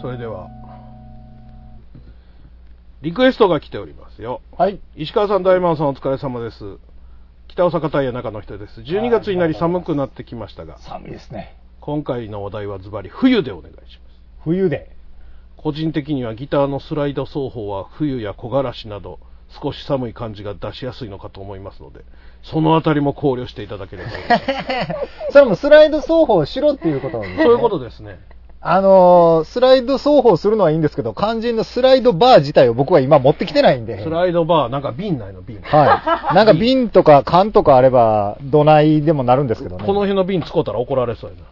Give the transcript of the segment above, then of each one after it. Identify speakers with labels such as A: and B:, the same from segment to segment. A: それではリクエストが来ておりますよ
B: はい。
A: 石川さん大門さんお疲れ様です北大阪タイヤ中の人です12月になり寒くなってきましたが
B: 寒いですね。
A: 今回のお題はズバリ冬でお願いします
B: 冬で。
A: 個人的にはギターのスライド奏法は冬や木枯らしなど少し寒い感じが出しやすいのかと思いますのでそのあたりも考慮していただければ
B: それはもうスライド奏法をしろっていうことなんですね。
A: そういうことですね
B: あのースライド奏法するのはいいんですけど、肝心のスライドバー自体を僕は今持ってきてないんで。
A: スライドバーなんか瓶ないの瓶、
B: はい。なんか瓶とか缶とかあれば、どないでもなるんですけどね。
A: この辺の瓶使うたら怒られそうやな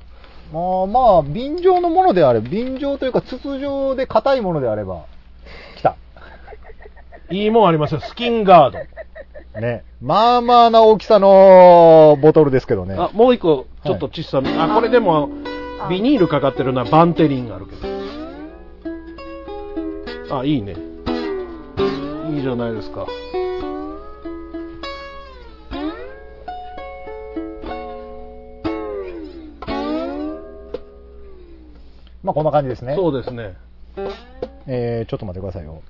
B: まあまあ、瓶状のものであれば、瓶状というか筒状で硬いものであれば、来た。
A: いいもんありますよスキンガード、
B: ね。まあまあな大きさのボトルですけどね。
A: あもう一個ちょっと小さめ、あこれでもビニールかかってるなバンテリンがあるけどあいいねいいじゃないですか
B: まあこんな感じですね。
A: そうですね
B: えー、ちょっと待ってくださいよ。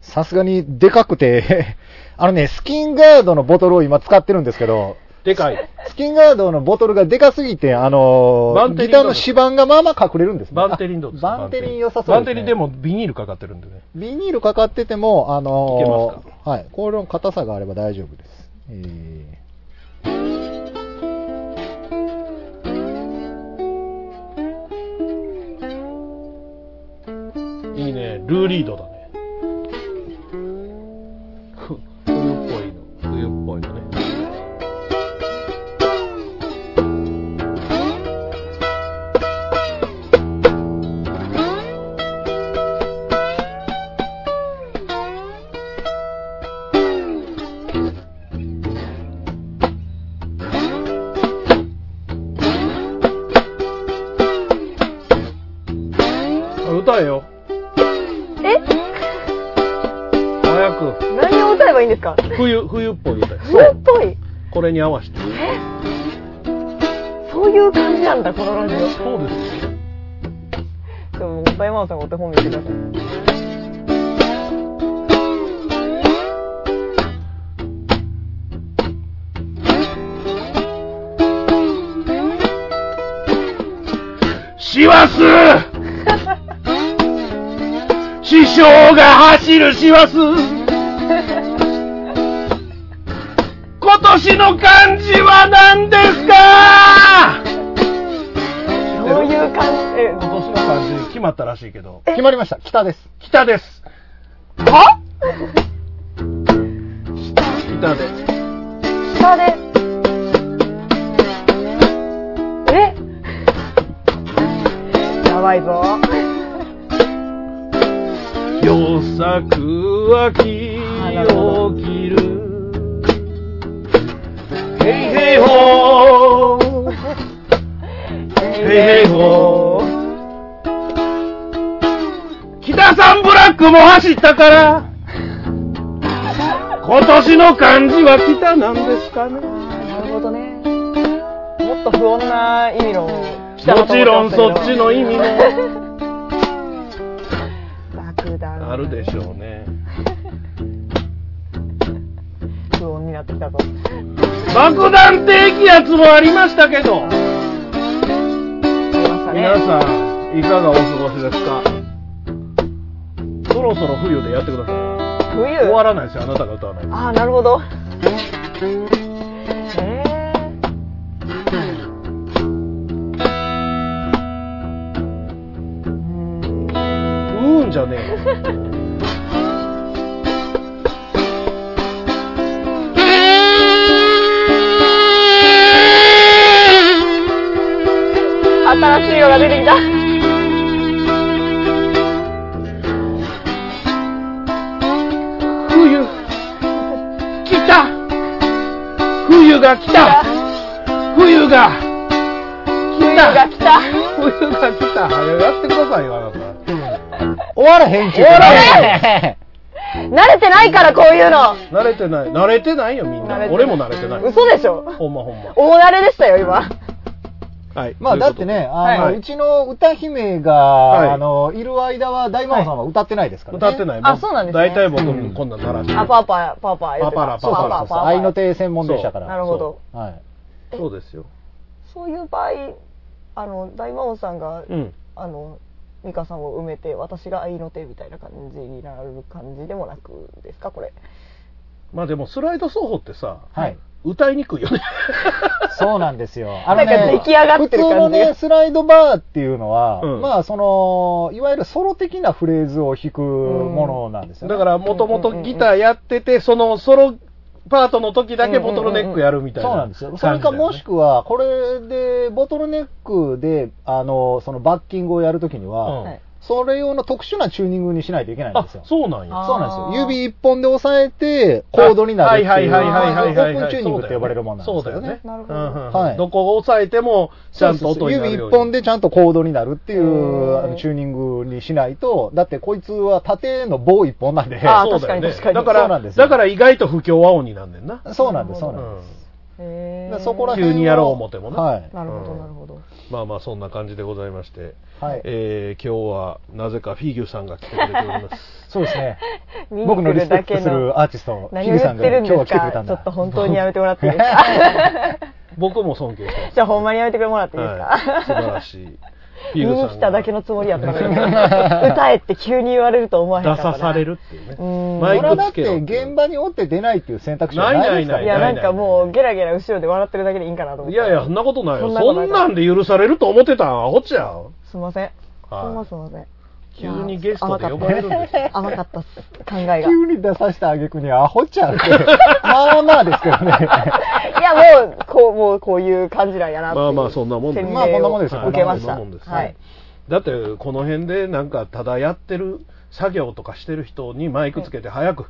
B: さすがにでかくて、 あのね、スキンガードのボトルを今使ってるんですけど、
A: でかい
B: スキンガードのボトルがでかすぎて、あの
A: バ
B: ー
A: ンテリン
B: ギターの指板がまあまあ隠れるんですね。
A: バンテリンどうですか
B: あバンテリン良さそうです、ね。
A: バンテリンで。もビニールかかってるんでね
B: ビニールかかってても、あ
A: い
B: の
A: けま
B: ーはい、これの硬さがあれば大丈夫です。えー
A: いいね、ルーリードだね。ふ冬っぽいの、冬っぽいのね。あ歌えよ。
C: え
A: 早く。
C: 何を歌えばいいんですか
A: 冬、冬っぽい歌え。
C: 冬っぽい
A: これに合わせて。
C: えそういう感じなんだ、このラジオ。
A: そうですよ。
C: でも、大魔王さんがお手本見てください。
A: 師走師匠が走る師走今年の漢字は何ですか
C: そういう感じ、え、
A: 今年の漢字決まったらしいけど、
B: 決まりました。北です。
A: 北です。
C: は
A: 北です。
C: 下で。えやばいぞ。
A: 夜作は木を切るヘイヘイホーヘイヘイホー北さんブラックも走ったから今年の漢字は北なんですかね
C: なるほどね。もっと不穏な意味の。
A: もちろんそっちの意味も。
C: 爆弾。
A: あるでしょうね
C: 不穏になってきたぞ。
A: 爆弾低気圧もありましたけど
C: ありましたね。
A: 皆さんいかがお過ごしですかそろそろ冬でやってください
C: 冬。
A: 終わらないですよあなたが歌わないと
C: ああ、なるほど。えーうん
A: うーんじゃねえよ
C: 新しいのが出てきた。
A: 冬来た冬が来た冬が
C: 冬
A: 来
C: が
A: た
C: 来た。
A: 冬が来たあれやってくださいよあなた
B: 終わらへんけど
C: 終わら
B: へ
C: 慣れてないから、こういうの。
A: 慣れてない慣れてないよみん
C: 慣れて
A: な
C: ない
A: 俺も慣れてない
C: 嘘でしょ
A: ほんまほんま
C: 大慣れでしたよ、今。
A: はい。
B: まあだってね、あの、
A: はいう
B: ちの歌姫が、
A: い
B: あの、いる間は大魔王さんは歌ってないですからね。
A: 歌ってない。
C: あそうなんですね
A: 大体僕もこんなん鳴らして。
C: あ、パーパー、パーパー言ってた。
A: パーパー
C: そう
A: パーパー
B: そうそう愛の手専門でしたから。
C: なるほど。
B: そう。はい。
A: そうですよ。
C: そういう場合、あの、大魔王さんが、
A: うん。
C: あの、美香さんを埋めて、私が愛の手みたいな感じになる感じでもなくですか、これ。
A: まあでも、スライド奏法ってさ、
B: はい。
A: 歌いにくいよね。
B: そうなんですよ。
C: なんか出来上がってる感じ
B: 普通のね、スライドバーっていうのは、
A: うん
B: まあ、その、いわゆるソロ的なフレーズを弾くものなんですよね。
A: だから、もともとギターやってて、そのソロパートの時だけボトルネックやるみたいな。
B: そうなんですよ。それかもし
A: く
B: くは、これで、ボトルネックで、あの、そのバッキングをやるときには、
A: うん
C: はい
B: それ用の特殊なチューニングにしないといけないん
A: あ
B: ですよ、。
A: そうなんや。
C: あ
B: そうなんですよ。
C: ー
B: 指一本で押さえて、コードになるっていう。
A: はいはいはいはいはいはい
B: オー
A: はい。
B: プンチューニングって呼ばれるもんなんですよね。
A: そうだよね
C: なるほど
A: うんうん
B: はい
A: どこを押さえても、ちゃんと
B: そうそう
A: 音になる
B: 指
A: よう
B: 一
A: に。
B: 本でちゃんとコードになるってい
C: へ
B: う
C: ー
B: あのチューニングにしないと、だってこいつは縦の棒一本なんで、
C: あー
A: そうだよね
C: 確かに確かに
A: だか
B: そうなんで
A: ら、
B: すよ
A: だから意外と不協和音になんねんな。
B: そうなんです、
C: な
B: そう
C: るほど
B: なんです。
C: へ
B: で
C: ー
B: そこら
A: 辺急にやろう思てもね
B: はい。
C: なるほど、
A: うん
C: なるほど。
A: まあまあ、そんな感じでございまして。
B: はい。
A: えー今日はなぜかフィギュさんが来てくれております。
B: そうで すね。
C: 見に
B: 僕の
C: 来
B: リ
C: る
B: スペ
C: だ
B: クト
C: け
B: するアーティスト、
C: 何
B: ヒ
C: を
B: ルさ
C: 言っ
B: ん
C: て
B: が
C: る
B: 今
C: ん
B: 日
C: で
B: は
C: す
B: 来てくれた
C: か
B: ん
C: ちょ
B: だ。
C: っと本当にやめてもらっていいです か
A: 僕も尊敬してます。
C: じゃあほんまにやめてもらっていいですか、
A: はい素晴らしい。
C: 見 に来ただけのつもりやったのに 歌えって急に言われると思わへんか
A: 出
C: ったな
A: さされるっていうね。
C: うん
A: マイ
B: それはだ
A: ク
B: っ
A: つけろ
B: て現場におって出ないっていう選択肢はないですから
C: い
A: な
C: や
A: な
C: なんかもうゲラゲラ後ろで笑ってるだけでいいんかなと思っ
A: い
C: てい
A: やいや、そんなことないよ。
C: そんなこと
A: そ
C: ない
A: んなんで許されると思ってたんアホちゃん。
C: すいませんすい
A: は
C: ま
A: い
C: せんすいません
A: 急にゲストで呼ばれるんですよ。
C: 甘かったっす考えが
B: 急に出させた挙句にアホち ゃんって、まあまあですけどね。
C: いやもうこうもうこういう感じなんやなっていう
A: まあまあそんなもんで
C: 洗礼を
B: まあこんなもんですよ
C: 受けまし
A: は
C: た
A: いこんなもんです
C: はい
A: だって、この辺でなんか、ただやってる作業とかしてる人にマイクつけて、早く、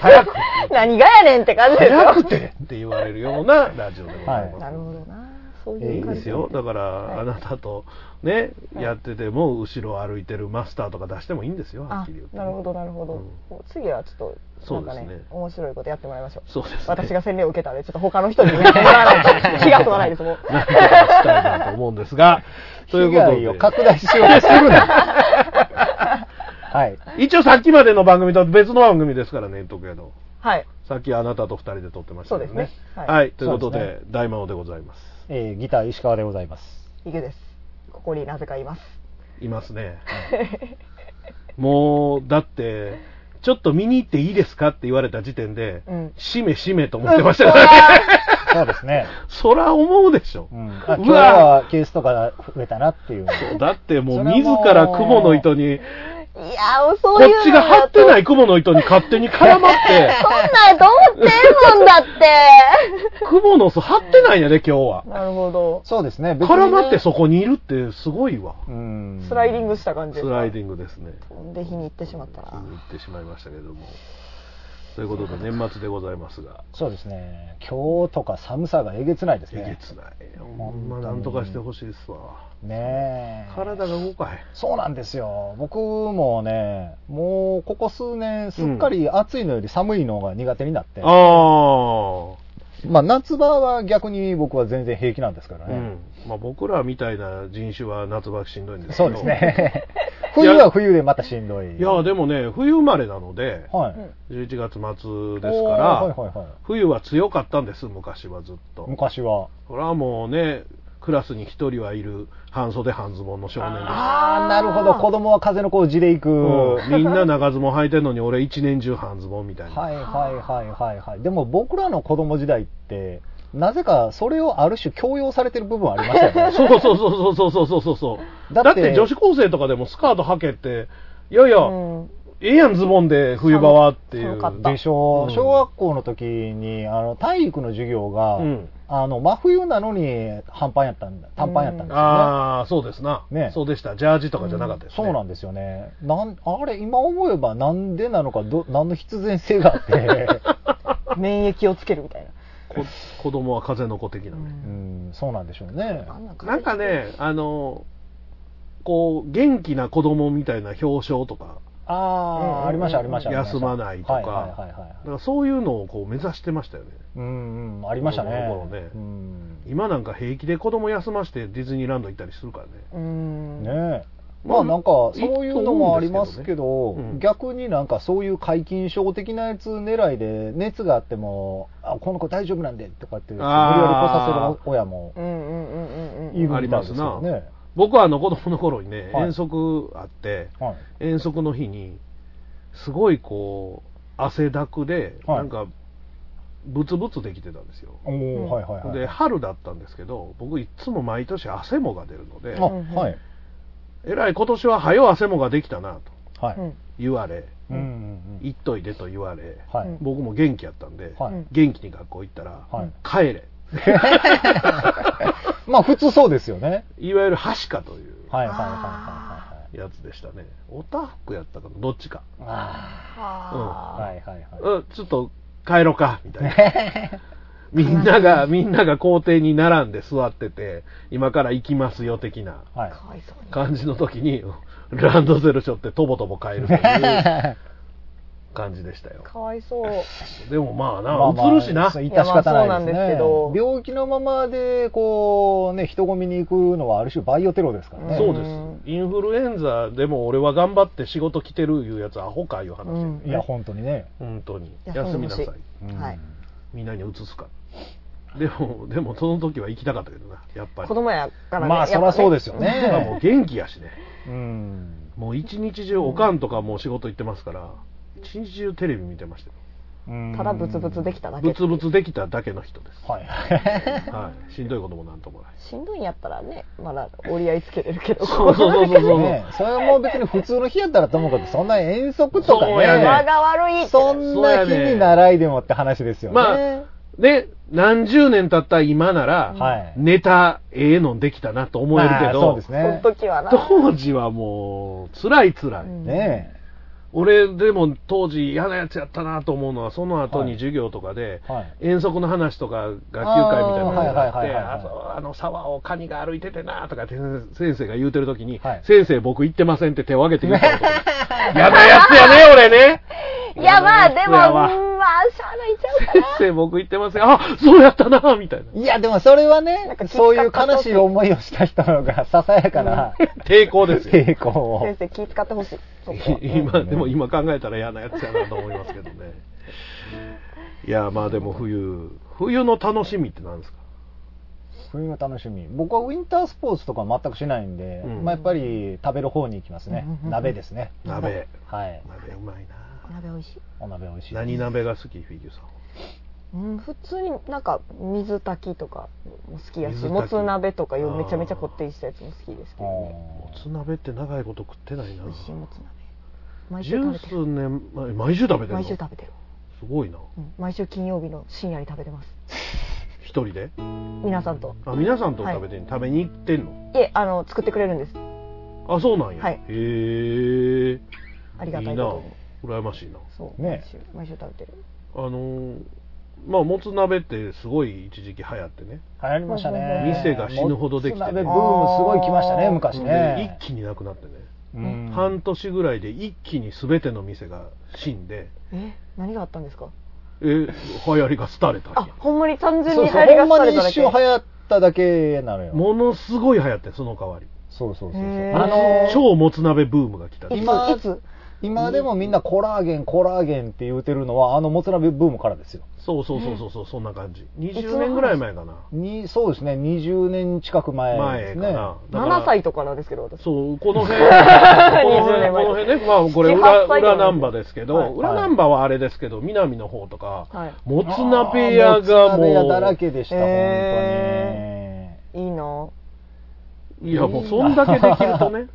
A: 早 く、
C: 何がやねんって感じですよ
A: 早くてって言われるようなラジオでございます。
C: なるほどなそう
A: い
C: い
A: いうで
C: 感
A: す
C: じ
A: よ。だから、
C: はい
A: あなたとね、やってても、後ろ歩いてるマスターとか出してもいいんですよ、はっ
C: あ
A: きり言って。
C: なるほどなるほど、
A: うん
C: もう次はちょっと
A: そ
C: な
A: うんで
C: か
A: すね
C: ね面白いことやってもらいましょう
A: そうですね。
C: 私が洗礼を受けたんでちょっと他の人にやってもらわないと気が済まないです もう
A: 何とかしたいなと思うんです が、という
B: 被
A: こと
B: 害を
A: で、
B: 拡大しようとするな。 はい。
A: 一応さっきまでの番組と別の番組ですからね、言っとくけど、
C: はい
A: さっきあなたと二人で撮ってましたけど
C: そうで
A: ね
C: すね。
A: は、
C: はいい
A: ということで
B: そうで
A: 大魔王でございます。
B: えーギター石川でございます。
C: いけですここになぜかいます
A: います ね。もう、だって、ちょっと見に行っていいですかって言われた時点で、
C: うん
A: しめしめと思ってましたよ
C: う
A: ね。
C: わ
B: そうですね。
A: そら思うでしょ
B: う。ん。あ
A: うわ
B: 今日はケースとか増えたなっていう。
A: だってもう
B: それは
A: 自
B: もう
A: ら雲の糸に、
C: ーいやもう
A: こ
C: そういう
A: っち
C: の
A: が張ってないい雲の糸に勝手に絡まっ て、
C: そんなんどうってんもんだって
A: 雲の巣張って ないんやね、今日は。
C: なるほど
B: そうですね。別にね
A: 絡まってそこにいるってすごいわ。
B: うん。
C: スライディングした感じで
A: ス
C: すか
A: ライディングですね。
C: 飛んで火に行ってしまったな
A: 言ってしまいましたけども。ということで、年末でございますが、
B: そうですね。今日とか寒さがえげつないです
A: え
B: ね
A: げ。つない。ほんまなんとかしてほしいっすわ。
B: ねえ。
A: 体が動かへん。
B: そうなんですよ。僕もね、もうここ数年、すっかり暑いのより寒いのが苦手になって、
A: あ
B: まあ夏場は逆に僕は全然平気なんですから
A: あ、う
B: ね。
A: ん。まあ僕らみたいな人種は夏場しんどいんですけど。
B: そうです。ね。
A: いや
B: 冬は冬でまたしんどい。
A: いや、でもね、冬生まれなので、
B: はい。
C: うん
A: 11月末です
B: お
A: か
B: ー
A: ら、
B: はいはいはい。
A: 冬は強かったんです、昔はずっと。
B: 昔は。
A: これはもうね、クラスに一人はいる半袖半ズボンの少年です。
B: ああ、なるほど。子供は風の子地で行く。
A: うんみんな長ズボン履いてんのに俺一年中半ズボンみたいな。
B: はいはいはいはいはい。でも僕らの子供時代って、なぜかそれをある種強要されてる部分ありましたよ ね。
A: そうそうそうそうそうそうそうそう。だ
B: だ
A: っ
B: ってて
A: 女子高生とかでもスカート履けって、いやいや、
C: うん
A: ええやんズボンで冬場はっていう。
C: 寒かった
B: でしょ
A: う
B: うん小学校の時に、あの、体育の授業が、
A: うん。
B: あの、真冬なのに半パンやったんだ、短パンやったんですよね。
A: ああ、そうですな。
B: ね
A: そうでした。ジャージとかじゃなかったです、ね
B: そうなんですよね。なん、あれ、今思えばなんでなのか、ど、何の必然性があ って、
C: 免疫をつけるみたいな
A: こ子供は風の子的なね。
B: うん、そうなんでしょうね。
C: あんなんか
A: なんかね、あの、こう、元気な子供みたいな表彰とか、
B: ああ、
C: うん
B: ありました、ありました。ありした
A: 休まないとか
B: はいはいはい
A: だ
B: はい
A: からそういうのをこう目指してましたよね
B: うんうん、ありましたね。
A: この頃ね
B: うん
A: 今なんか平気で子供休ましてディズニーランド行ったりするからね
C: うーん
B: ねえ
A: ま
B: ま
A: あ
B: あなんかそういうのもあります
A: い
B: けど、
A: いと思うんですけどねうん
B: 逆になんかそういう皆勤賞的なやつ狙いで熱があっても「あこの子大丈夫なんで」とかって無理やり来させる親も
C: うんうんうんうんうん。
B: いるみたいですよね。
A: 僕はあの子供の頃にね、
B: はい
A: 遠足あって
B: はい
A: 遠足の日にすごいこう汗だくで、
B: はい
A: なんかブツブツできてたんですよ
B: おーはいはいはい。
A: で春だったんですけど僕いつも毎年汗もが出るので
B: あはい
A: えらい今年は早う汗もができたなと
B: はいう
C: ん
A: 言われ
B: うんうんうん
A: 行っといでと言われ
B: はい
C: うん
A: 僕も元気やったんで、
B: はい
C: うん
A: 元気に学校行ったら、
B: はい
A: 帰れ
B: まあ普通そうですよね。
A: いわゆるはしかという
B: はいはいはいはい
A: やつでしたねおたふくやったかなどっちか、
B: はいはい。ああ
C: は
B: はいはいはい。
A: うん、ちょっと帰ろうかみたいな みんながみんなが校庭に並んで座ってて今から行きますよ的な
B: はい
C: あかわいそうに
A: 感じの時にランドセル背負ってとぼとぼ帰るという 感じでしたよ
C: かわいそう
A: でもまあな、
B: まあまあ
A: 映るしな
B: そう致し方ないです
C: いやまあそうなんです
B: ね
C: けど
B: 病気のままで、こう、ね、人混みに行くのはある種バイオテロですからね。
A: そう
C: ね
A: です
C: うん。
A: インフルエンザでも俺は頑張って仕事来てるいうやつアホかいう話。
C: うん
B: いや、本当にね。
A: 本当に。
C: いや
A: 休みなさい
C: そう。
B: うん
C: はい
A: みんなに移すから。でも、でもその時は行きたかったけどな、やっぱり。
C: 子供やからね
B: まあ、そりゃそうですよ
A: だからも
B: ね
A: う。元気やしね。
B: うん。
A: もう一日中おかんとかもう仕事行ってますから、一日中テレビ見てましたよ。
B: うん
C: ただブツブツできただけ
A: ブツブツできただけの人です。
B: はい。
A: はい。しんどいこともなんともない。
C: しんどいんやったらねまだ折り合いつけれるけど
A: そうそうそう そうそう。
B: ねそれはもう別に普通の日やったらともかく、そんな遠足と
A: そ
B: か
A: うや
C: 間
B: ね。
A: ね
C: が悪いって
B: そんな日に習いでもって話ですよね。
A: まあ
C: ね
A: で、何十年経った今なら、
B: はい
A: ネタ、ええのできたなと思えるけど、
B: まあそうです
C: その
B: ね。
C: 時はな
A: 当時はもう、辛い辛い。
C: うん
B: ね
A: 俺、でも当時嫌なやつやったなと思うのは、その後
B: は
A: に
B: い
A: 授業とかで、
B: はい。
A: 遠足の話とか、学級会みたいなのがあっ
B: あーはいはいはい
A: て、
B: はい
A: あそうあの沢をカニが歩いててなとかって先生が言うてる時に、
B: はい
A: 先生僕行ってませんって手を挙げて言うたこと ある嫌なやつやね、俺ね。
C: いやまあでも
A: いやまあ
C: まあしゃあないちゃうか
A: 先
C: な
A: 生僕行ってません。あ、そうやったなみたい な。
B: いや、でもそれは
C: な
B: ね
C: んか、きつかった
B: そういう悲しい思いをした人の方が ささやかな
A: 抵抗ですよ。
B: 抵抗を
C: 先。生気使ってほし いそこは
A: 今でも今考えたら嫌なやつやなと思いますけどねいやまあでも冬冬の楽しみって何ですか
B: 冬の楽しみ。僕はウィンタースポーツとかは全くしないんで、
A: うん
B: まあやっぱり食べる方に行きますね
C: うんうん。うん
B: 鍋ですね。
A: 鍋
B: はい。
A: 鍋うまいな
C: 鍋美味しい
B: お鍋美味しい。
A: 何鍋が好きフィギュさんは
C: うん普通になんか水炊きとかも好きやし
A: 水炊き
C: もつ鍋とかよ
A: あー
C: めちゃめちゃこってりしたやつも好きですけどね
A: も
B: も
A: つ鍋って長いこと食ってないな
C: 美味しいもつ鍋毎週食
A: 十
C: べてる
A: 数年前毎週食べてるの
C: 毎週食べてる、
A: すごいな
C: うん、毎週金曜日の深夜に食べてます
A: 一人で
C: 皆さんと
A: あ皆さんと食べてん、食べに行ってんの
C: いえあの作ってくれるんです
A: あそうなんや、
C: はい
A: へえ
C: ありがた
A: い
C: い
A: い
C: こ
A: な
C: とに
A: 羨ましいな
C: そう、
B: ね
C: 毎週毎週食べてる
A: あのーまあもつ鍋ってすごい一時期流行ってね
B: 流行りましたね。
A: 店が死ぬほどできてね
B: もつ鍋ブームすごい来ましたね、
C: あー
B: 昔ね
A: で。一気になくなってね、
B: うん
A: 半年ぐらいで一気に全ての店が死んで、
C: え何があったんですか
A: え流行りが廃れた
C: あ
A: んや
C: ほんまに単純
B: そう
C: に流
B: そう
C: 行り
B: ほ
C: が
B: んま
C: され
B: に
C: ただ
B: 一
C: け
B: 瞬流行っただけなのよ。
A: ものすごい流行ってその代わり
B: そうそうそうそう。
C: へー
B: あの、
A: 超もつ鍋ブームが来た
C: いつ
B: 今
C: いつ
B: 今でもみんなコラーゲン、コラーゲンって言うてるのは、あのもつ鍋ブームからですよ。
A: そうそうそうそうそう、そんな感じ
C: つの
A: 20
C: 話
A: 年ぐらい前かな
B: にそうですね、20年近く前で
A: 前
B: す
A: か
B: ね。
A: な、だから
C: 7歳とかなんですけど私
A: そうこの 辺この
C: 20
A: 辺
C: 年前
A: この辺ねまあこれ
C: 7
A: 裏
C: 歳
A: 裏ナンバーですけど、
C: はい
A: 裏ナンバーはあれですけど南の方とか、
C: はい
A: もつ鍋屋が
B: もつ鍋屋だ
A: も
B: ら
A: う
B: けでした、
C: へ
B: 本
C: いいない
A: やもうそんだけできるとね
B: 当に。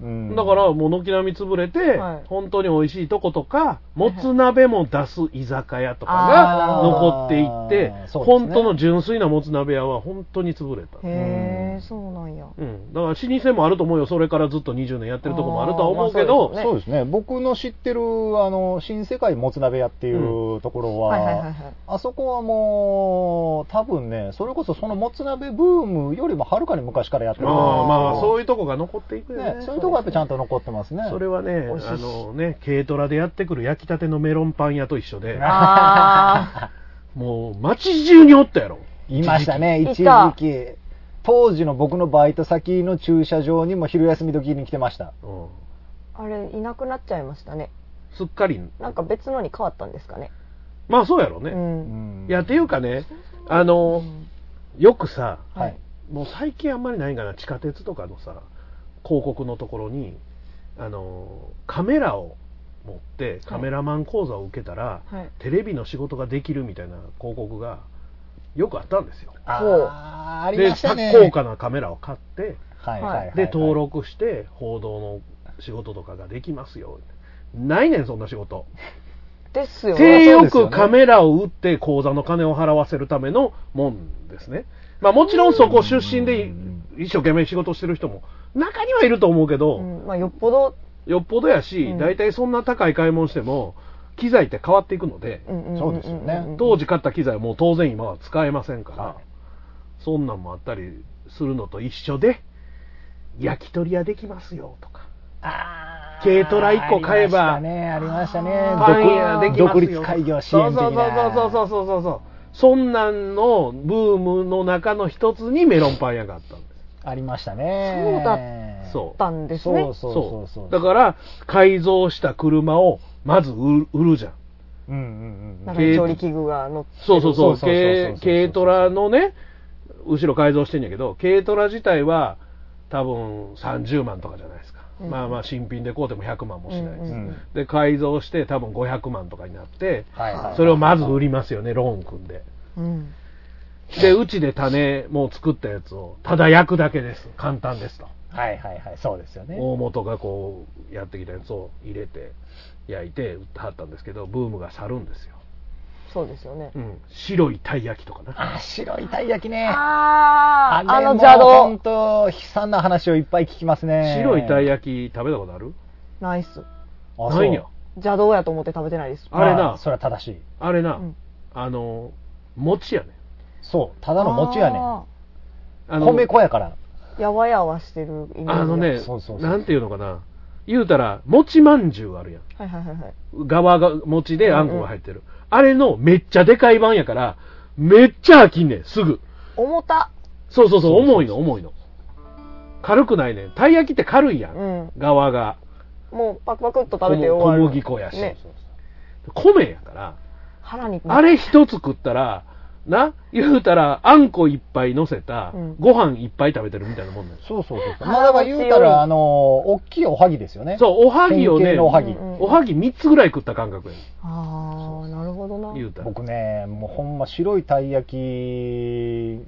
B: うん
A: だから、もう軒並み潰れて、
C: はい
A: 本当に美味しいとことか、もつ鍋も出す居酒屋とか
C: あ
A: が
C: ー
A: 残っていって、
B: あーそうですね
A: 本当の純粋なもつ鍋屋は本当に潰れた。
C: へ
B: う
C: え
B: ん
C: そうなんや
A: うん。だから老舗もあると思うよ。それからずっと20年やってるとこもあるとは思うけ
C: あー
A: ど
C: ま、あ
B: そうですね、僕の知ってる、あの、新世界もつ鍋屋っていうところは、
C: はいはいはいはい
B: あそこはもう、多分ね、それこそそのもつ鍋ブームよりもはるかに昔からやってると
A: まあ
B: 思うんですけど
A: まあ、そういうとこが残っていくよね。
B: ね、そういうとここはやっぱちゃんと残ってますね。
A: それはね
C: 美味しい
A: あ
C: っす
A: のね軽トラでやってくる焼きたてのメロンパン屋と一緒で
C: あ
A: もう街中におったやろ
B: いましたね、一
C: 一時期
B: 時期。当時の僕のバイト先の駐車場にも昼休み時に来てました。
A: うん
C: あれいなくなっちゃいましたね
A: すっかり
C: なんか別のに変わったんですかね
A: まあそうやろ
C: う、
A: ね、
B: うんん
A: いやっていうかねあ
C: う
A: の
C: ん
A: よくさ
B: はい。
A: もう最近あんまりないんかな地下鉄とかのさ広告のところにあのカメラを持ってカメラマン講座を受けたら、
C: はい
A: テレビの仕事ができるみたいな広告がよくあったんですよ
C: そう
B: あーあり
A: で
B: ましたね。
A: 高価なカメラを買って
B: はいはいはいはい。
A: で登録して報道の仕事とかができますよないねんそんな仕事
C: ですよ
A: 手
C: ね
A: よ
B: そうですよ
A: く
B: ね
A: カメラを売って口座の金を払わせるためのもんですね、まあ、もちろんそこ出身でい一生懸命仕事してる人も中にはいると思うけど、
C: うんまあよっぽど
A: よっぽどやし
C: うん
A: 大体そんな高い買い物しても機材って変わっていくので、
C: んんんんん
B: そうですよね
A: 当時買った機材はもう当然今は使えませんから、
B: は
A: そんなんもあったりするのと一緒で焼き鳥屋できますよとか
B: あー
A: 軽トラ一個買えば
B: ありましたね、
A: パ
B: あ
A: ン
B: り
A: 屋
B: ま
A: できま
B: したね。
A: すよ
B: 独立開業支援的な。
A: そうそうそうそうそうそうそんなんのブームの中の一つにメロンパン屋があったんで
B: ありましたね。
C: そうだ
A: す
B: そ
A: そ
C: たんです
B: そ
C: ね
B: う
A: う
B: そうそうそう。
A: だから改造した車をまず売る売るじゃん
B: うんうんうん。
C: なんか調理器具が乗って
A: そうそうそう
B: そうそうそうそうそう
A: 軽軽トラのね後ろ改造してんやけど軽トラ自体は多分30万とかじゃないですか、
C: うん
A: まあまあ新品で買うても100万もしないです、
B: うん
C: うん
A: で改造して多分500万とかになって
B: はいはいはい
A: それをまず売りますよねローン組んで
C: うん
A: でうちで種もう作ったやつをただ焼くだけです簡単ですと
B: はいはいはい、そうですよね。
A: 大元がこうやってきたやつを入れて焼いて売ってはったんですけどブームが去るんですよ、
C: そうですよね
A: うん、白いたい焼きとかな
B: あ、白いたい焼きね。
C: あああ
B: れ
C: の
B: も
C: 邪
B: 本
C: 道
B: 当、悲惨な話をいっぱい聞きますね。
A: 白いたい
B: 焼
A: 焼き食べたことある
C: ナイス
B: き。
A: ないんや
C: 邪道やと思って食べてないです
A: あれな
B: まそれは正しい。
A: あれな、
C: うん
A: あの餅やねん
B: そう、ただの餅やねん。
C: あ
A: あの
B: 米粉やから。
C: ーやわやわしてるイメージ
A: あのね
B: そうそうそう
A: なんていうのかな言うたら餅まんじゅうあるやん
C: はいはいはいはい
A: 側が餅であんこが入ってる、あれのめっちゃでかい版やからめっちゃ飽きんねんすぐ
C: 重た
A: そうそうそう
B: そうそうそう
A: 重いの重いの軽くないねんたい焼きって軽いやん、
C: うん
A: 側が
C: もうパクパクっと
A: 小
C: 食べ
A: 麦
C: て終わ
A: 小
C: る
A: 麦粉やし、
C: ね
A: 米やから
C: 腹に
A: あれ一つ食ったらな言うたらあんこいっぱい乗せた、
C: うん
A: ご飯いっぱい食べてるみたいなもんなんです
B: そうそうそうそう。
C: 腹
B: まあだから
C: 持ち
B: 言うた
C: よい
B: ら、あのー、大きいおはぎですよね。
A: そうおはぎをね
B: 典型のおはぎ
C: うんうん
A: おはぎ3つぐらい食った感覚やね
C: ああなるほどなん
A: 言うたら
B: 僕ね、もうほんま白いたい焼き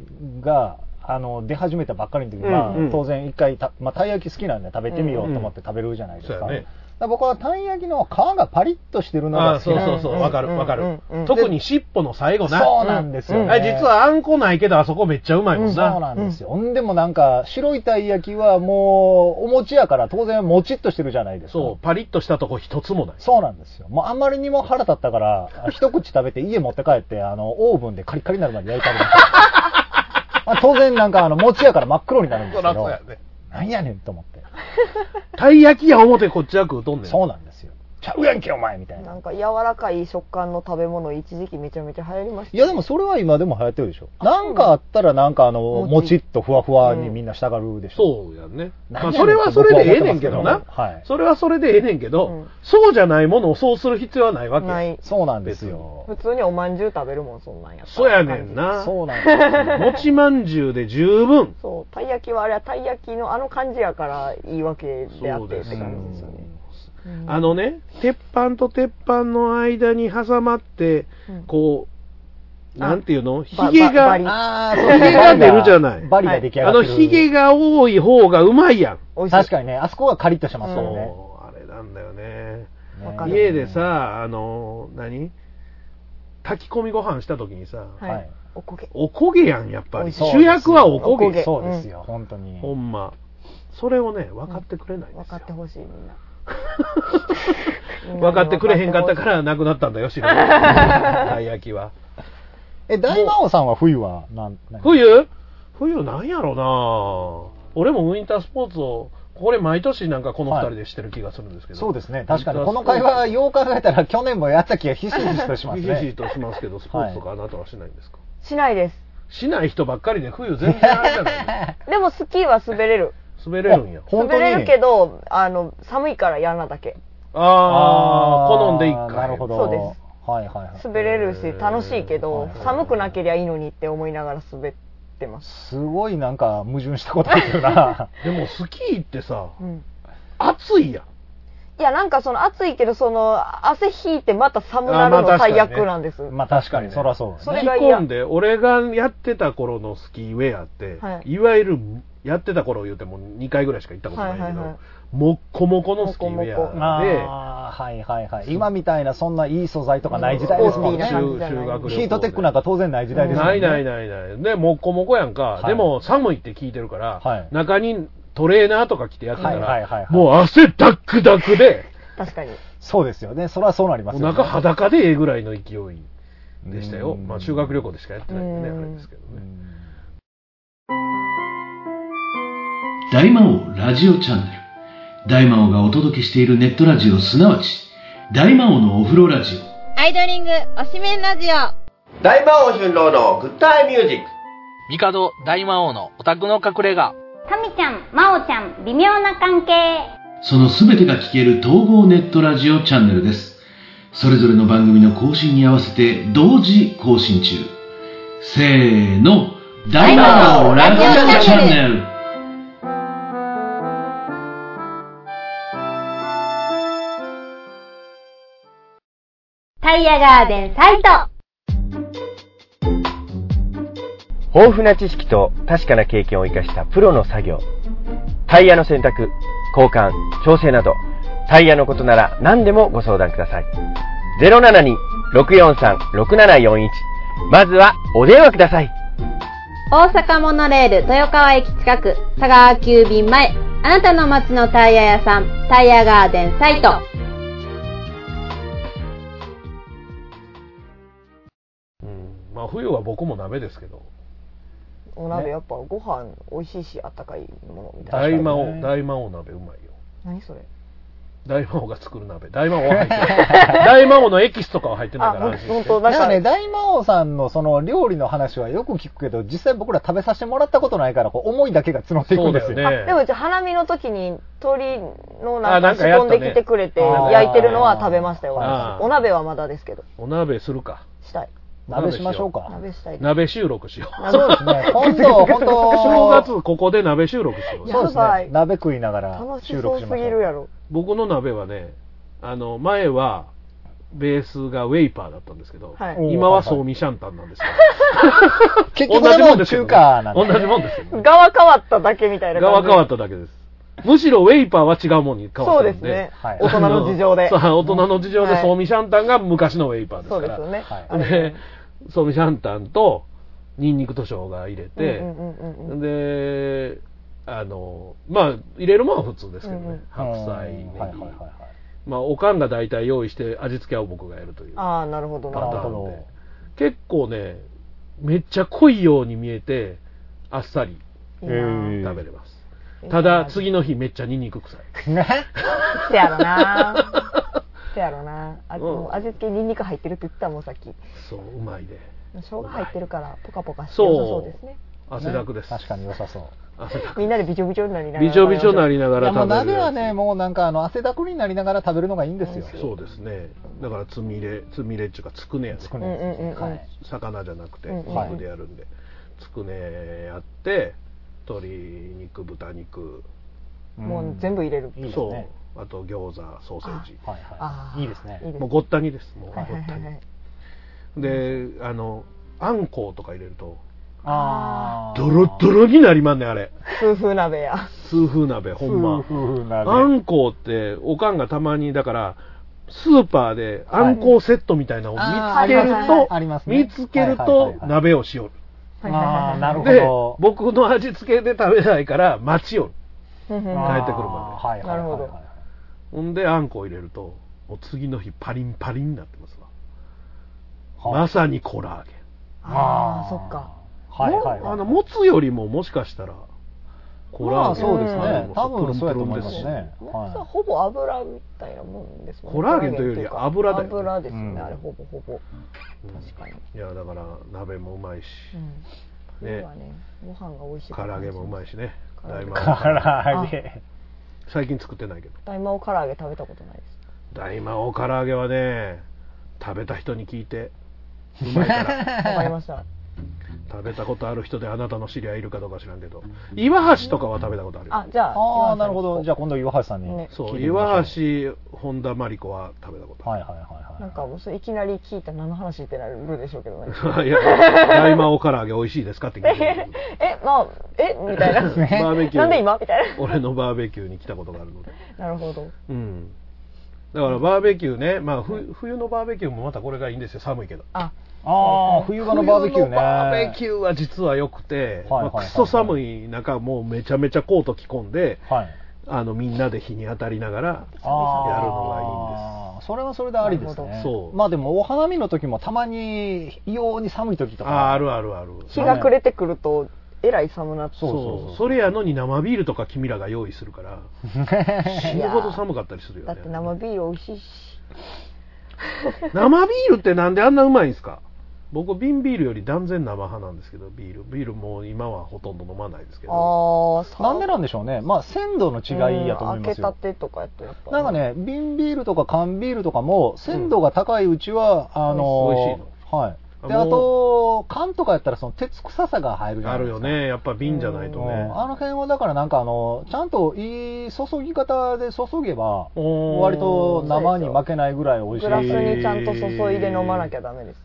B: が、あの、出始めたばっかりの時、まあ
A: うんうん
B: 当然一回た、まあたい焼き好きなんで食べてみようと思って食べるじゃないです
A: そう
B: か。
A: やね
B: だから僕はたい焼きの皮がパリッとしてるの
A: ああ
B: が好
A: そ
B: き
A: う
B: なん
A: そう
B: です
A: そう
B: よ
A: わかる
C: うん
A: わかる
C: うんうん
A: 特に尻尾の最後な
B: そうなんですよね、
C: うん
A: あれ実はあんこないけどあそこめっちゃうまいもん
B: そう
A: な
B: なんですよ、ほんでもなんか白いたい焼きはもうお餅やから当然もちっとしてるじゃないですか
A: そうパリッとしたとこ一つもない
B: そうなんですよもうあまりにも腹立っ たからあ一口食べて家持って帰ってあのオーブンでカリカリになるまで焼いてあり ました、まあ、当然なんかあの餅やから真っ黒になるんですけどなんやねんと思って
A: たい焼きや思てこっちは食うとんねん
B: そうなんですよちゃうやんけお前みたい
C: な
B: なん
C: か柔らかい食感の食べ物一時期めちゃめちゃ流行りました
B: いやでもそれは今でも流行ってるでしょなんかあったらなんかあのも
C: も
B: ち
C: ち
B: っとふわふわにみんな従うでしょ、
A: そうやんねま
B: 何
A: あ
B: やねん
A: それはそれでええねんけど
B: 僕
A: な
B: は思ってますけどはい
A: それはそれでええねんけ
C: う
A: ど
C: ん
A: そうじゃないものをそうする必要はないわけ
C: な
A: よ
C: い
B: そうなんですよ。
C: 普通におまんじゅう食べるもんそんなんやったら
A: そうやねんな
B: そうなんですよ。
A: 餅まんじゅうで十分
C: そうたい焼きはあれはたい焼きのあの感じやからいいわけであ
A: そ
C: ってっ
A: う
C: て
A: です
C: 感じですよねうん
A: あのね鉄板と鉄板の間に挟まって
C: うん
A: こう
C: あ
A: なんていうのひ
C: ば
A: げが
C: ばば
B: あ
A: ヒゲが出るじゃない
B: バリが出来上
A: あ
B: が
A: の
B: ってる。
A: ヒゲが多い方がうまいやん
C: 美味しい
B: 確かにね、あそこがカリッとしてます
A: そ
B: か
A: う
B: らね。
A: あれなんだよね
B: ね
C: わかる
A: 家で、さあの何炊き込みご飯した時にさ、
C: はい
B: はい
C: おこげ
A: おこげやんやっぱり
B: そう
A: 主役はおこ
C: おこ
A: げ
C: げ
B: そうですよ、本当に。
A: ほんまそれをね分かってくれないんで
C: 分
A: す
C: かって
A: よ、
C: ほしいみんな
A: 分かってくれへんかったからなくなったんだよ白い たい焼きは
B: え、大魔王さんは冬は何、何
A: 冬冬なんやろな俺もウィンタースポーツをこれ毎年なんかこの2人でしてる気がするんですけど、
B: そうですね。確かに。この会話、よう考えたら去年もやった気がひしひしとしま す
A: ひ
B: ね。
A: しひしとしますけどスポーツとかあなたはしないんですか、
C: しないです
A: しない人ばっかりで冬全然あれじゃない
C: でもスキーは滑れる
A: 滑れるんや
B: ほ本
C: 滑
B: 当に
C: れるけどあの寒いから嫌なだけ
A: ああ好んで一回
B: なるほど。。
C: そうです
B: はいはいはい。
C: 滑れるし
A: へー
C: 楽しいけ
B: はい
C: ど
B: はい
C: 寒くなけりゃいいのにって思いながら滑ってます、
B: すごいなんか矛盾したことです よな。
A: でもスキーってさ
C: うん、
A: 暑いやん
C: いやなんかその暑いけどその汗引いてまた寒な
A: あ
C: る
A: まあ
C: の
A: 確
C: 最
A: かにね
C: 悪なんです、
B: まあ確かに、そらそうです
C: そ
B: ね。
C: れ
A: 着
C: が嫌
A: 込んで俺がやってた頃のスキーウェアって、
C: はい
A: い、わゆるやってた頃言うても2回ぐらいしか行ったことないけど、
C: はいはいはい
A: もっこもこのスキーウェ
C: もっこも
A: アで
B: ああ、はいはいはい。今みたいなそんないい素材とかない時代ですもん
C: オースティーな
B: ね。
C: 感じじゃない
A: 修学旅行で
B: ヒートテックなんか当然ない時代ですもんね。
A: ないないないない。で、もっこもこやんか。
B: はい
A: でも、寒いって聞いてるから、
B: はい
A: 中にトレーナーとか着てやってたら、
B: はいはいはいはい
A: もう汗ダックダクで、
C: 確かに
B: そうですよね。それはそうなりま
A: お
B: すよね。
A: 腹裸でええぐらいの勢いでしたよ。
B: うん
A: まあ、修学旅行でしかやってないんで
C: う
A: ね、
C: ん
A: あれですけど
B: う
A: ね。
B: ん
D: 大魔王ラジオチャンネル。大魔王がお届けしているネットラジオ、すなわち、大魔王のお風呂ラジオ。
E: アイドリングおしめんラジオ
F: 大魔王春郎のグッタイミュージック。
G: 帝大魔王のオタクの隠れ家
H: タミちゃん、マオちゃん、微妙な関係。
D: そのすべてが聞ける統合ネットラジオチャンネルです。それぞれの番組の更新に合わせて同時更新中。せーの、大魔王ラジオチャンネル。
H: タイヤガーデンサイト
F: 豊富な知識と確かな経験を生かしたプロの作業。タイヤの選択、交換、調整など、タイヤのことなら何でもご相談ください。072-643-6741。まずはお電話ください。
E: 大阪モノレール豊川駅近く佐川急便前あなたの街のタイヤ屋さんタイヤガーデンサイト
A: うんまあ、冬は僕も鍋ですけど、
C: お鍋やっぱご飯美味しいしあったかいものみたい
B: 確かに
A: 大魔王、
B: ね
A: 大魔王鍋うまいよ。
C: な何それ
A: 大魔王が作る鍋。大魔王は入ってない。大魔王のエキスとかは入ってない
C: あ
A: から
C: 本
A: 安
C: 当
A: 心
C: 本
A: して
C: 当
B: な
C: なんん
B: か
C: か
B: ね、大魔王さんのその料理の話はよく聞くけど、実際僕ら食べさせてもらったことないから、こう思いだけが募っていくんですよ。
A: そうだよね
C: あでもうち花見の時に鳥の
A: あ
C: なん
A: な
C: か
A: ん
C: 仕
A: かやったね
C: 込んできてくれて
B: あー
C: 焼いてるのは食べましたよ
A: あー
C: お鍋はまだですけど
A: お鍋するか。
C: したい
B: 鍋しましょうか。
C: 鍋したい
A: 鍋収録しよう。
B: そうですね。 今度、本
A: 正
B: 当
A: 月ここで鍋収録しようよ。
B: そうです
C: やば
B: ね。
C: い
B: 鍋食いながら
C: 楽し
B: 収
C: そ
B: 録
C: う
B: し
C: す
B: まし
C: ぎ
B: ょ
C: るや
B: う。
C: ろ
A: 僕の鍋はねあの前はベースがウェイパーだったんですけど、
C: はい
A: 今はそうみシャンタンなんですよ
B: 結
A: 同
B: 局
A: じ
B: で
A: もん
B: も
A: ですけど
B: 中
A: ね
B: 華なんで
A: 同
B: す
A: じ
B: ね。
A: もんですよね
C: 側変わっただけみたいな
A: が
C: 感
A: わ
C: じ
A: 変わっただけですむしろウェイパーは違うもんに変わ
C: そ
A: った
C: うで
A: ん
C: す
A: で
C: ね
B: はい
C: 大人の事情で
A: あの そう大人の事情
C: は
A: で
C: い
A: そうみシャンタンが昔のウェイパーです
C: そ
A: か
C: うです
A: ら
C: よね
B: はい
C: あれ
A: でそうみシャンタンとニンニクと生姜入れて、
C: うんうんうんうん
A: であのまあ入れるもんは普通ですけどね、
C: うんうん
A: 白菜ネギ、
B: はいはいはいはい。
A: まあ、おかんが大体用意して味付けは僕がやるという
C: ああなるほどな
A: パ
C: る
A: タ
C: ほ
A: ー
C: ど
A: ン
B: なる
A: で
B: ほ
A: 結構ねめっちゃ濃いように見えてあっさり
C: いいな
B: え
A: 食べれます、
C: えー
A: ただ次の日めっちゃニンニク臭い
B: ね
C: せやろな せやろなあ
A: うん
C: もう味付けにんにく入ってるって言ったもんさっき
A: そううまいで
C: 生姜入ってるからポカポカして良さそうですね
A: 汗だくです、
B: 確かに良さそう。
A: 汗だく
C: みんなでびちょびちょになりながら
A: びちょびちょにな
C: り
A: りなが
B: いや
A: ら
B: もう
A: 食べ
B: 鍋
A: る
B: は
A: やつ
B: ね、もうなんかあの汗だくになりながら食べるのがいいんですよ。
A: そうですねだからつみれつみれっていうかつくねやね
B: つく
C: うんうん
B: ね
C: うんうん
B: はい
A: 魚じゃなくて
C: うん
B: はい
A: 肉でやるんで、つくねやって鶏肉豚肉
C: もう全部入れる
B: いいですね
A: そ。うあと餃子ソーセージ
B: はい
C: あ
B: は
C: ー
B: い。いいですね。
C: いいです
A: もうごったにですもうご
C: はいはい
A: っ
C: は
A: た
C: い
A: に
C: はい
A: であのあんこうとか入れると
B: あー
A: ドロッドロになりまんねんあれ
C: 夫婦鍋や
A: 痛風鍋ほんま
B: 夫婦鍋
A: あんこうっておかんがたまにだからスーパーであんこうセットみたいなのを見つける
B: はい
A: と
B: ありますね
A: 見つける
B: はいはい
A: と
B: はいはい
A: 鍋をしよる
B: ああ、なるほ
A: で
B: ど。
A: 僕の味付けで食べないから待ちよる
C: うんうん
A: 帰ってくるまで
B: あーはいはいはいはい
C: なるほど
A: ほんであんこう入れるともう次の日パリンパリンになってますわ
B: は
A: まさにコラーゲン
C: ああそっか。
B: はいはい
A: も
B: はい。
A: あの持つよりももしかしたらこ
B: ま
A: ラー
B: あ
A: ゲン
B: そうですね
A: う。ん
B: 多分そうやと思います
A: プル
B: ね。
C: さ
B: は
C: ほぼ油みたいなもんですもん
A: コラーゲンというより油だよね
C: 油ですよね、
B: うん
C: あれほぼほぼ確かに、
A: いやだから鍋もうまいし、
C: うん、
A: ね
C: ねはねご飯が美味しい
A: 唐揚げもうまいしね
C: 唐揚
A: 大
C: げ
B: い。
A: 魔王
B: から揚げ。
A: 最近作ってないけど
C: 大魔王唐揚げ食べたことないです
A: 大魔王唐揚げはね食べた人に聞い てうまいから
C: わかりま した
A: 食べたことある人であなたの知り合いいるかどうか知らんけど岩橋とかは食べたことあるよ
C: あじゃあ
B: ああ、なるほど。じ
C: ゃ
B: ゃあ今度岩橋さんに。
C: ね
A: そ
B: 聞
A: う
B: いてみま
A: 岩
B: し
A: 橋本田真理子は食べたこ
B: ょうはいはいはい
C: な
B: は
C: んかもうそれいきなり聞いた何の話ってなるでしょうけどね
A: と ないいや大魔王唐揚げ美味しいですかって聞いてる
C: えまあえみた い な
A: バーベキュー
C: なんで今みたい
A: 俺のバーベキューに来たことがあるので
C: ななるほど
A: うんだからバーベキューね、まあ、ふ冬のバーベキューもまたこれがいいんですよ寒いけど
C: あ
B: い。ああ、冬場のバーベキュー
A: 冬の
B: ね。
A: バーベキューは実は良くて、
B: はいはいはいはい
A: まあクソ寒い中、もうめちゃめちゃコート着込んで、
B: はい。
A: あのみんなで日に当たりながら、
B: あー
A: やるの
B: それはそれでありです
C: な
A: る
B: ね
A: ほどそう
B: まあでもお花見の時もたまに異様に寒い時と
A: あ
B: か
A: ーあるあるある、
C: 日が暮れてくるとえらい寒なって
A: そう
B: そう
A: そ
B: そう
A: うそれやのに生ビールとか君らが用意するから、死ぬほど寒かったりするよ
C: だ
A: ね。
C: って生ビール美味しいし
A: 生ビールってなんであんなうまいんですか僕、瓶ビールより断然生派なんですけど、ビール、ビールもう今はほとんど飲まないですけど、
C: ああ
B: なんでなんでしょうねまあ鮮度の違いやと思います
C: 開けた
B: よ
C: てとかやったらやっぱ
B: なんかね瓶ビールとか缶ビールとかも鮮度が高いうちは、あの
A: 美味し
B: はいで
A: あ
B: あ
A: もう
B: と缶とかやったらその鉄臭さが入るじゃな
A: あ
B: いで
A: る
B: すか
A: よね、やっぱ瓶じゃないと
B: うん
A: ね。
B: あの辺はだからなんかあのちゃんといい注ぎ方で注げば
A: おー
B: 割と生に負けないぐらい美味し
C: グラス
B: い
C: にちゃんと注いで飲まなきゃダメです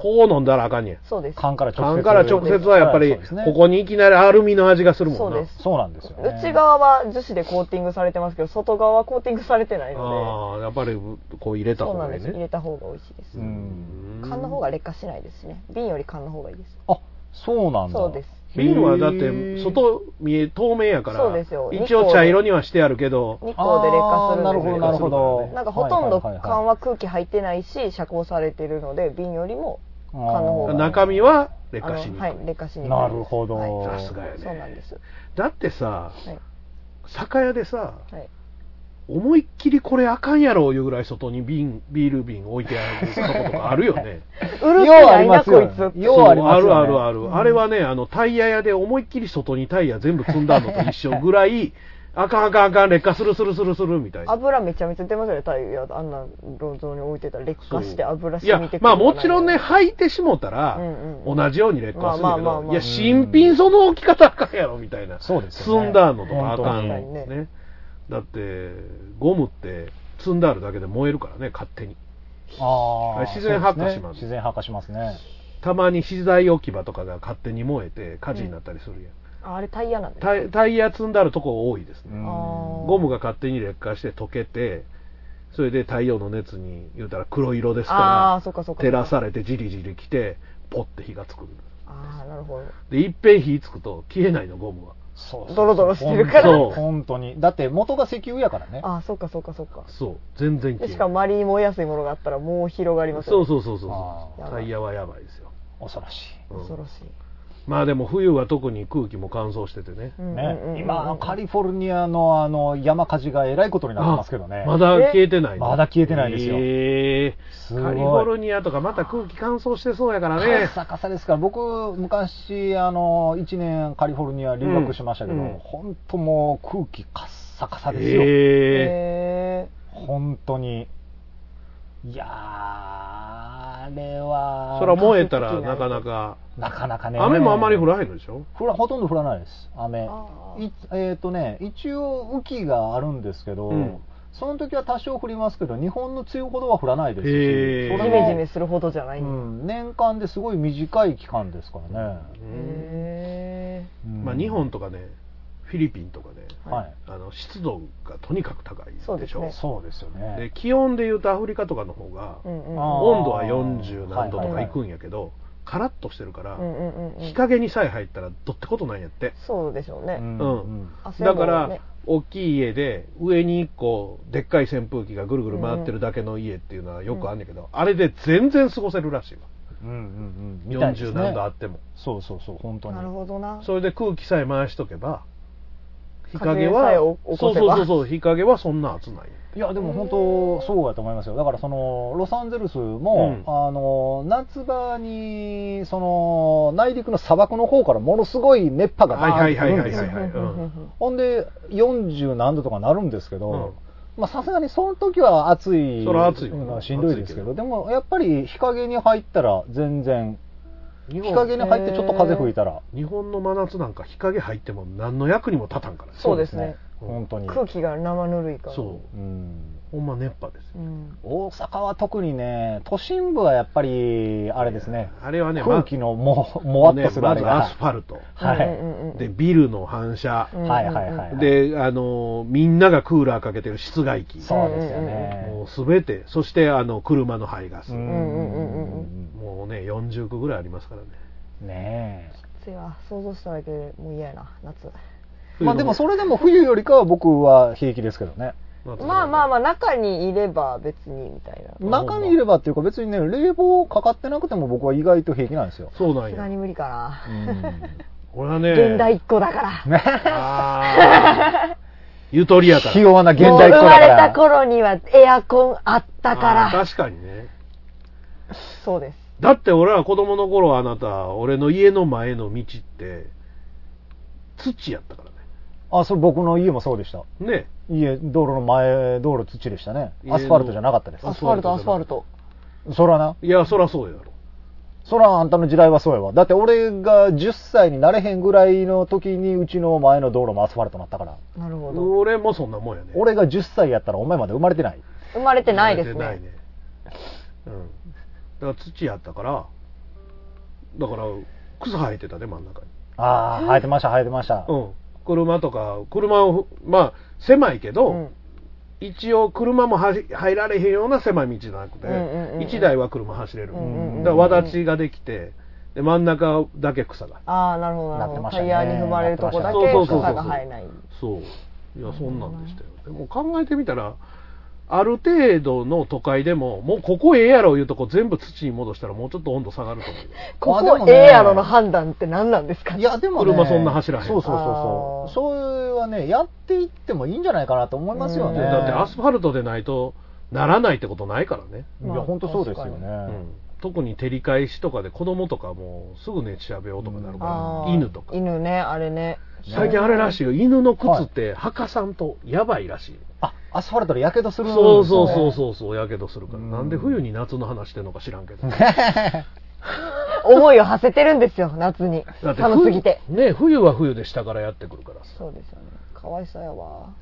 A: こう飲んだらあかんねん。
C: そうです
B: 缶から直接
A: 缶から直接はやっぱり、
B: そうですね
A: ここにいきなりアルミの味がするも
C: そ
A: ん
C: う
A: な。
C: です
B: そうなんですよ、ね、
C: 内側は樹脂でコーティングされてますけど外側はコーティングされてないの
A: ああ、やっぱりこう入れ
C: で
A: た
C: そ
A: 方
C: うなん
A: がい
C: で
A: い
C: す入
A: ね。
C: れた方が美味しいです
B: うん
C: 缶の方が劣化しないですしね瓶より缶の方がいいです
B: あそうなんだ
C: そうです
A: 瓶はだっ
B: へ
A: て
B: ー
A: 外見え透明やから
C: そうですよ
A: 一応茶色にはしてあるけど
C: 日光で劣化するんで
B: あーなるほどなるほど
C: なんかほとんど
B: はいはい
C: 缶は空気入ってないし遮光されてるので瓶よりも
B: 缶
C: 缶の方が
A: 中身は劣
C: あ
A: 化
C: の
A: しにくい、
C: はい劣化しにくいです
B: なるほど、
C: はい
A: さすがやね
C: そうなんです
A: だってさ
C: はい
A: 酒屋でさ
C: はい
A: 思いっきりこれあかんやろいうぐらい外に瓶ビール瓶置いてあるとことあるよ ね
C: うるせ
B: よう
C: え
B: あ
C: な
B: り
C: い
B: ま
C: な
B: すよ
C: こい
B: ね
C: つ
B: ようありますよね
A: そうあるあるある、あれはねあのタイヤ屋で思いっきり外にタイヤ全部積んだのと一緒ぐらいあかんあかんあかん劣化するするするするみたいな
C: 油めちゃめちゃ出ますよねタイヤあんな路上に置いてたら劣化して油染みて
A: いやまあも
C: のが
A: ちろんね履いてしもたら、
C: うんうん
A: 同じように劣化する
C: まあ
A: け
C: まあま
A: ど
C: あまあ
A: いや新品その置き方あかんやろみたいな
B: そうですよね
A: 積んだのとかあかん
B: 本
A: ね
C: 当に
A: だってゴムって積んであるだけで燃えるからね勝手に
B: あ
A: あ
B: あ
A: 自然発火します
B: 自然発火しますね
A: たまに資材置き場とかが勝手に燃えて火事になったりするやん、
C: ああれタイヤなんです
A: タイタイヤ積んであるとこ多いですね、
B: うん
A: ゴ
C: ゴ
A: ムが勝手に劣化して溶けてそれで太陽の熱に言うたら黒色です
C: ああ
A: か
C: そっかそっ
A: ら
C: か
A: 照らされてじりじり来てポッて火がつく
C: ああなるほど
A: でいっぺん火つくと消えないのゴムは
B: そうそう
C: ドロドロしてるから
A: そう
B: 本当にだって元が石油やからね
C: ああそっかそっかそっか
A: そう全然消えな
C: で
A: い
C: しかも周りに燃えやすいものがあったらもう広がります
A: そう
C: う
A: そうそうそう
B: あ
A: そうタイヤはやばいですよ、
B: 恐ろし
A: うん
C: 恐ろしい
A: まあでも冬は特に空気も乾燥しててね
C: う
B: い
C: んうんうんうん
B: ね今あのカリフォルニアのあの山火事がえらいことになってますけどね
A: あまだ消えてないの
B: まだ消えてないですよ
A: えー
B: すご
A: カ
B: い
A: リフォルニアとかまた空気乾燥してそうやから
B: カ
A: ね
B: サカサですから僕昔あの1年カリフォルニア留学しましたけど、
A: うんうん
B: 本当もう空気カッサカサですよ、
A: え
C: へえ
B: 本当にいやーあれは
A: ー、それは燃えたらなかなか
B: なかなかね
A: 雨もあまり降
B: ら
A: らへんのでしょ
B: 降らほとんど降らないです雨
C: あ
B: いえっ、とね一応雨季があるんですけど、
A: うん
B: その時は多少降りますけど日本の梅雨ほどは降らないですし、
A: へー
B: それ
C: ジメ
B: も
C: ジメするほどじゃない
B: うん
C: だ
B: ん、年間ですごい短い期間ですからね、
C: へ
B: うん
A: まあ日本とかねフィリピンとかね
C: え
B: はい
A: あの湿度がとにかく高いでしょ
C: そうですね
B: そうですよね
A: で気温でいうとアフリカとかの方が
C: うんうん
B: あー
A: 温度は40何度とか
B: はいはいはい
A: いくんやけどカラッとしてるから、
C: うんうんうんうん
A: 日陰にさえ入ったらどってことないんやって、
C: そうでしょうね
B: ん
A: うん
C: 汗も
A: だ
C: ね
A: から大きい家で上に1個でっかい扇風機がぐるぐる回ってるだけの家っていうのはよくあるんだけど、あれで全然過ごせるらしいわ
B: うんうんうんみたいです
A: 40
B: ね
A: 何度あっても、
B: そうそうそう本当に
C: なるほどな
A: それで空気さえ回しとけば日陰
C: 風さえ
A: は
C: お起
A: そ
C: こ
A: う
C: せ
A: そう
C: ば
A: そうそう日陰はそんな暑ない
B: いや、でも本当、そうだと思いますよ。だから、その、ロサンゼルスも、
A: う
B: あの、夏場に、その、内陸の砂漠の方からものすごい熱波がバーンってくるんですよ
A: はいはいうん
B: ほんで、40何度とかなるんですけ
A: うん
B: ど、まあさすがにその時は暑い
A: そら暑いよ
B: のはしんどいですけ
A: 暑
B: ど、でもやっぱり日陰に入ったら全然、
A: 日
B: 日
A: 本
B: 陰に入ってちょっと風吹いたら、
A: 日本の真夏なんか日陰入っても何の役にも立たんからね
C: そうですね
B: 本当に。
C: 空気が生ぬるいから
A: そううんほんま熱波ですよ
C: うん
B: 大阪は特にね、都心部はやっぱり、あれですね、
A: あれはね
B: 空気のももわっとするあ
A: ま
B: れ
A: ず
B: が、
A: アスファルト
B: はい
C: うんうんうん
A: でビルの反射
C: うんうんうん
B: はいはいはい、はい、
A: であのみんながクーラーかけてる室外機
B: そうですよ
A: も
B: ね
A: う、全てそしてあの車の排ガス
B: うん
C: うんうんうんうん
A: もうね40個ぐらいありますからね
B: ね
C: ついは想像しただけでもう嫌やな夏
B: えまあでもそれでも冬よりかは僕は平気ですけどね
C: まあまあ
A: ま
C: まあ中にいれば別にみたいな
B: 中にいればっていうか別にね冷房かかってなくても僕は意外と平気なんですよ
A: あ、そうな
C: さ
A: ん
C: すがに
A: や
C: 無理かな
A: 俺はね
C: 現代っ子だから
A: あーゆとりやから
B: 器用な現代っ
C: も
B: 子
C: う生
B: だ
C: ま
B: か
C: れた
B: ら
C: 頃にはエアコンあったか
A: あ
C: ら
A: ー確かにね
C: そうです
A: だって俺は子供の頃あなた俺の家の前の道って土やったから
B: あそう僕の家もそうでした
A: ねね
B: 家道路の前道路土でしたね
A: 家の
B: アスファルトじゃなかったです
A: あ
C: アスファルトア
A: ア
C: ス
A: ス
C: フ
A: フ
C: ァ
A: ァ
C: ル
A: ル
C: ト
B: そらない
A: やそらそうやろ
B: そらあんたの時代はそうやわだって俺が10歳になれへんぐらいの時にうちの前の道路もアスファルトになったから
C: なるほど
A: 俺もそんなもんやね
B: 俺が10歳やったらお前まで生まれてない
C: 生まれてないです
A: ない
C: ね
A: ねうんだから土やったからだから草生えてたね真ん中に
B: ああ生えてました生えてました、
A: うん車とか車をまあ狭いけど、
C: うん
A: 一応車もはし入られへんような狭い道じゃなくて、
C: うんうんうんうん
A: 1台は車走れる、
C: うんうんうん
A: だから輪立ちができて、で真ん中だけ草が
C: ああなるほどな
B: なっ
C: るほ
B: て
C: ど
B: まし
C: タ
B: た
C: イ
B: ね
C: ヤに踏まれるとこだけ
A: なってましたね
C: 草が生えない
A: そういやそんなんでしたよでも考えてみたらある程度の都会でももうここええやろいうとこ全部土に戻したらもうちょっと温度下がると思うよ
C: こ
B: あでも
C: こえ
B: ね
C: えやろの判断って何なんですか
B: いや、でもね、
A: 車そんな走らへん
B: そうそうそうそう。それはね、やっていってもいいんじゃないかなと思いますよね。
C: うん
A: だってアスファルトでないとならないってことないからね、
B: いや、本当そうですよね。
A: うん特に照り返しとかで子供とかもうすぐ熱中病とかなる
C: あ
A: か
C: ー
A: ら、犬とか
C: 犬ねあれね
A: 最近あれらしいよ犬の靴ってかさんとやばいらしい、
B: あ、アスファルトでやけどするんです
A: そ
B: よ
A: うそう
B: ね
A: そうそうそうやけどするから、
B: うん
A: なんで冬に夏の話してんのか知らんけど
C: 思いを馳せてるんですよ夏に
A: だって
C: 寒すぎて
A: 冬ね冬は冬で下からやってくるからさ
C: そうですよねかわいそうやわ